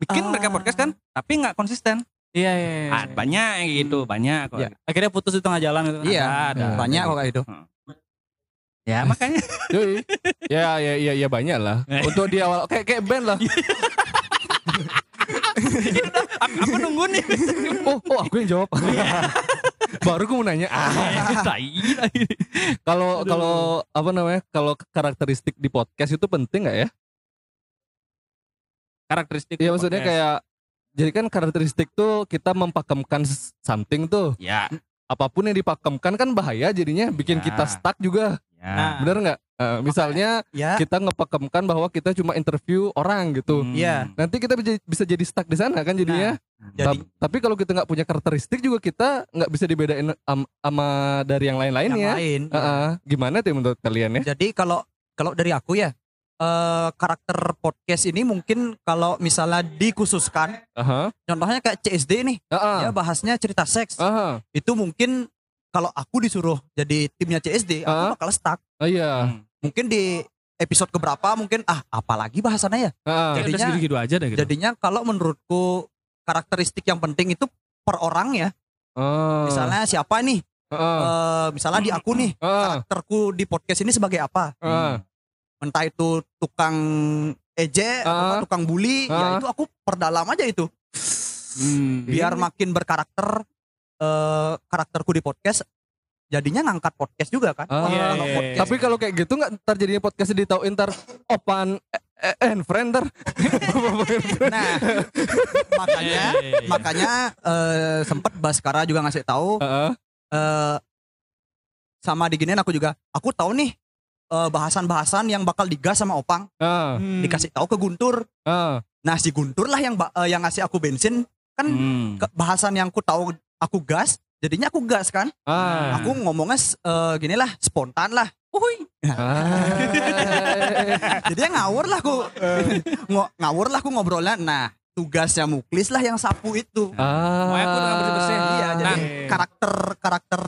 Bikin
Ah.
mereka podcast kan, tapi nggak konsisten.
Iya, iya. iya. Hmm.
Ah, banyak yang gitu, banyak. kok.
Iya.
Akhirnya putus di tengah jalan gitu.
Iya,
ada.
banyak kok kayak gitu. itu.
Ya makanya. [LAUGHS]
Yoi. Ya, ya, ya, ya banyak lah. Untuk di awal kayak kayak band lah.
aku, aku nunggu
[LAUGHS]
nih.
Oh, oh aku yang jawab. [LAUGHS] Baru aku mau nanya. Ah,
Tai, tai.
Kalau kalau apa namanya? Kalau karakteristik di podcast itu penting nggak ya?
Karakteristik.
Iya maksudnya
podcast.
kayak jadi kan karakteristik tuh kita mempakemkan s- something tuh.
Ya.
Apapun yang dipakemkan kan bahaya jadinya bikin
Ya.
kita stuck juga.
ya.
Nah,
Bener nggak? Eh, misalnya
Ya.
kita ngepakemkan bahwa kita cuma interview orang gitu.
Hmm.
iya.
Nanti kita bisa- bisa jadi stuck di sana kan
Nah,
jadinya.
Jadi
Ta- tapi kalau kita nggak punya karakteristik juga kita nggak bisa dibedain am- sama dari yang
yang
lain-lainnya.
lain.
ya. Heeh. Gimana tuh menurut kalian ya?
Jadi kalau kalau dari aku ya eh, karakter podcast ini mungkin kalau misalnya dikhususkan
Aha.
contohnya kayak CSD nih
Heeh.
ya bahasnya cerita seks
Aha.
itu mungkin kalau aku disuruh jadi timnya CSD aku
Ah.
bakal stuck
Oh iya.
Hmm.
mungkin di episode keberapa mungkin ah apalagi bahasannya ya
Heeh.
Kayak udah
Jadinya-
segitu-gitu aja deh gitu.
Jadinya kalau menurutku karakteristik yang penting itu per orang ya.
Ah.
Misalnya siapa nih?
Heeh.
Eh, misalnya di aku nih,
Heeh.
karakterku di podcast ini sebagai apa? Hmm.
Heeh.
Entah itu tukang ejek, atau
Ah.
nggak tukang bully, ya
Ah.
itu aku perdalam aja itu.
Hmm.
Iya.
Biar makin berkarakter eh, karakterku di podcast. Jadinya ngangkat podcast juga kan?
Ah.
Kalau
Iya, iya,
podcast.
iya.
kan
Tapi kalau kayak gitu nggak ntar jadinya podcast ditauin ntar opan eh, eh, and friend ntar. [LAUGHS]
Nah,
Iya, [LAUGHS]
makanya makanya eh, sempet Baskara juga ngasih tahu
Heeh.
eh sama diginiin aku juga aku tahu nih eh, bahasan-bahasan yang bakal digas sama opang
Heeh.
Hmm.
Hmm.
dikasih tahu ke Guntur
Heeh.
nah si Guntur lah yang ba- eh, yang ngasih aku bensin kan
Hmm.
ke- bahasan yang aku tahu aku gas jadinya aku gas kan
Hmm.
Ah.
aku ngomongnya eh, gini lah spontan lah Uhuy.
Ah.
jadinya ngawur lah aku
Eh.
[LAUGHS] Ngo- ngawur lah aku ngobrolnya nah tugasnya muklis lah yang sapu itu
Ah.
Mau Oh, ya, aku dengan bersih-bersih.
iya jadi
Nah.
karakter karakter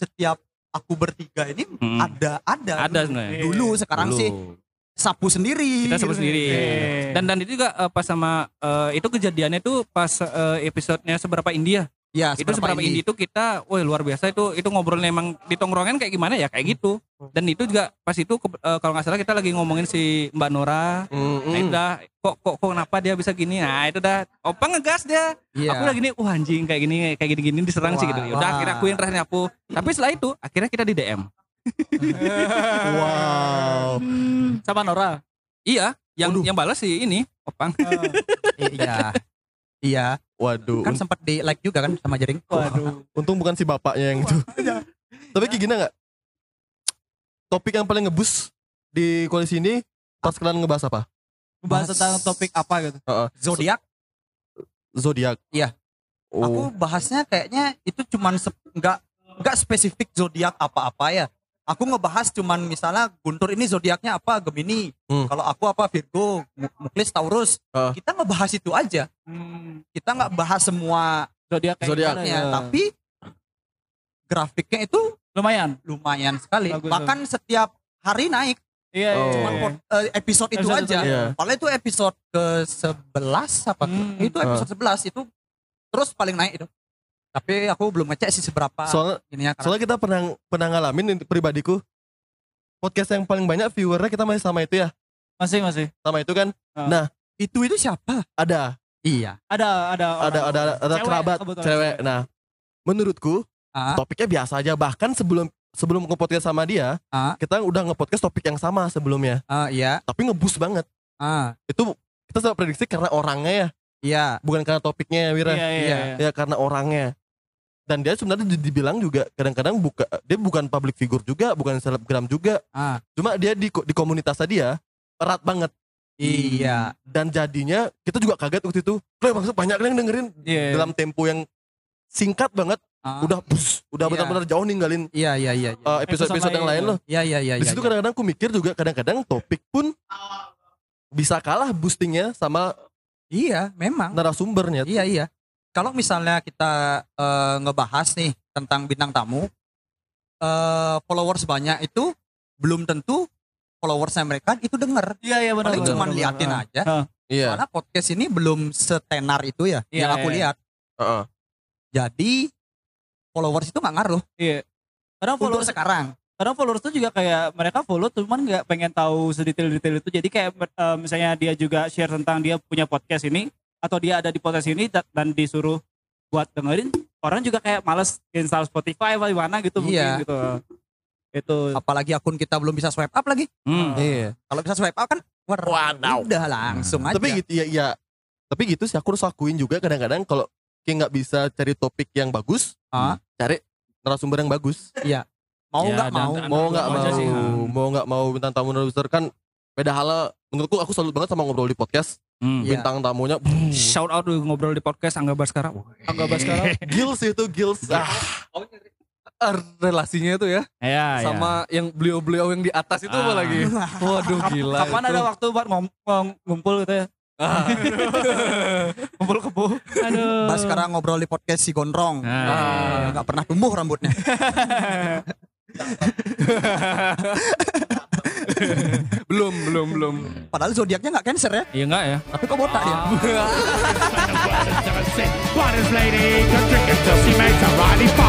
setiap aku bertiga ini
Hmm.
ada ada
Ada sebenarnya.
Iya, dulu sekarang
Dulu.
sih sapu sendiri
kita sapu sendiri.
Iya,
Dan dan itu juga eh, pas sama eh, itu kejadiannya tuh pas eh, episodenya seberapa India.
ya
itu seberapa indie itu kita, woi luar biasa itu itu ngobrolnya emang di tongkrongan kayak gimana ya kayak gitu. Dan itu juga pas itu ke- eh, kalau nggak salah kita lagi ngomongin si Mbak Nora.
Hmm.
Nah itu dah kok kok kok kenapa dia bisa gini? Nah itu dah opang ngegas dia.
Iya.
Aku udah gini, wah anjing kayak gini kayak gini gini diserang sih
Wah,
gitu. Ya Udah
wah.
akhirnya aku yang terakhir nyapu. Tapi setelah itu akhirnya kita di DM.
Wow.
sama Nora.
Iya, yang
Waduh.
yang balas sih ini [LAUGHS] opang.
iya iya
Waduh.
kan
un-
sempat di like juga kan sama jaring
Waduh.
untung bukan si bapaknya
[LAUGHS]
yang itu.
Iya.
Tapi kayak gini nggak? Topik yang paling ngebus di koalisi ini pas kalian ngebahas apa?
Bahas tentang topik apa gitu.
zodiak
Zodiak.
Iya. aku
Oh.
bahasnya kayaknya itu cuman sep- nggak nggak spesifik zodiak apa-apa ya aku ngebahas cuman misalnya Guntur ini zodiaknya apa Gemini
Hmm.
kalau aku apa Virgo Mu- Muklis Taurus
Ah.
kita ngebahas itu aja kita nggak bahas semua
Zodiak kayak
Zodiak.
gimana ya?
Iya.
ya, tapi grafiknya itu
Lumayan.
lumayan sekali.
Bagus,
Bahkan setiap hari naik
Iya, iya.
Oh.
iya.
Cuman pod- eh, episode itu
Episode
aja.
itu,
iya.
Paling itu episode ke-11 apa?
Hmm.
Itu episode
Ah.
11 itu terus paling naik itu. Tapi aku belum ngecek sih seberapa
Soalnya
ininya karena
soalnya kita pernah pernah ngalamin ini pribadiku podcast yang paling banyak viewernya kita masih sama itu ya.
Masih, masih.
Sama itu kan
itu itu siapa?
ada
Iya.
Ada, ada.
ada
orang.
ada ada
Cewek,
kerabat
kebetulan
cewek. Nah, menurutku
Ah.
topiknya biasa aja bahkan sebelum sebelum nge-podcast sama dia,
Ah.
kita udah nge-podcast topik yang sama sebelumnya,
Ah, iya.
tapi ngebus banget.
Ah,
Itu kita sudah prediksi karena orangnya ya,
iya.
bukan karena topiknya ya, Wira.
Iya, iya.
Iya.
iya.
Ya karena orangnya. dan dia sebenarnya di- dibilang juga kadang-kadang buka dia bukan public figure juga bukan selebgram juga
Ah.
cuma dia di ko- di komunitasnya dia erat banget
Ah.
Iya.
dan jadinya kita juga kaget waktu itu Kalian maksud banyak yang dengerin
Iya.
dalam tempo yang singkat banget
Ah.
udah bus, udah
Iya.
benar-benar jauh ninggalin
Iya iya iya. iya.
uh, episode-episode yang lain loh
Iya iya iya.
di situ kadang-kadang aku mikir juga kadang-kadang topik pun bisa kalah boostingnya sama
Iya, memang.
narasumbernya
Iya iya. Kalau misalnya kita eh, ngebahas nih tentang bintang tamu, eh, followers banyak itu belum tentu followersnya mereka itu denger.
Iya iya benar.
Paling
benar,
cuma
benar,
liatin
benar.
aja.
iya
Karena podcast ini belum setenar itu ya
Iya,
yang aku
iya.
lihat.
Heeh.
Jadi followers itu nggak ngaruh
Kadang
untuk
followers
sekarang.
kadang followers tuh juga kayak mereka follow cuman nggak pengen tahu sedetail-detail itu jadi kayak eh, misalnya dia juga share tentang dia punya podcast ini atau dia ada di podcast ini da- dan disuruh buat dengerin orang juga kayak males install Spotify apa gimana gitu
Iya.
mungkin gitu itu
Apalagi akun kita belum bisa swipe up lagi.
Hmm.
Iya. Kalau bisa swipe up kan wer-
Wadaw.
udah langsung aja.
tapi gitu ya, ya tapi gitu sih aku harus akuin juga kadang-kadang kalau kayak nggak bisa cari topik yang bagus
Ah.
cari narasumber yang bagus
mau
Ya, dan-
nggak mau.
dan-
mau nggak
aku
mau
aja sih, ha.
mau nggak mau bintang tamu narasumber kan beda hal menurutku aku salut banget sama ngobrol di podcast
Hmm.
Iya.
bintang tamunya
Shout out dulu ngobrol di podcast Angga Baskara. Wah.
Angga Baskara
gils itu gils ah,
Eh, relasinya itu ya
Iya,
Ya, ya.
sama yang beliau-beliau yang di atas itu apa
Ah.
lagi waduh gila
kapan
itu.
ada waktu buat ngom- ngom- ngumpul gitu ya ngumpul kebu aduh
Bah sekarang ngobrol di podcast si Gondrong.
iya,
Nah.
Ah, nggak pernah tumbuh rambutnya.
[LAUGHS]
[LAUGHS]
belum belum belum
Padahal zodiaknya nggak cancer ya.
Iya enggak ya?
Tapi kok botak dia?
Ah.
But his lady could drink until she makes her body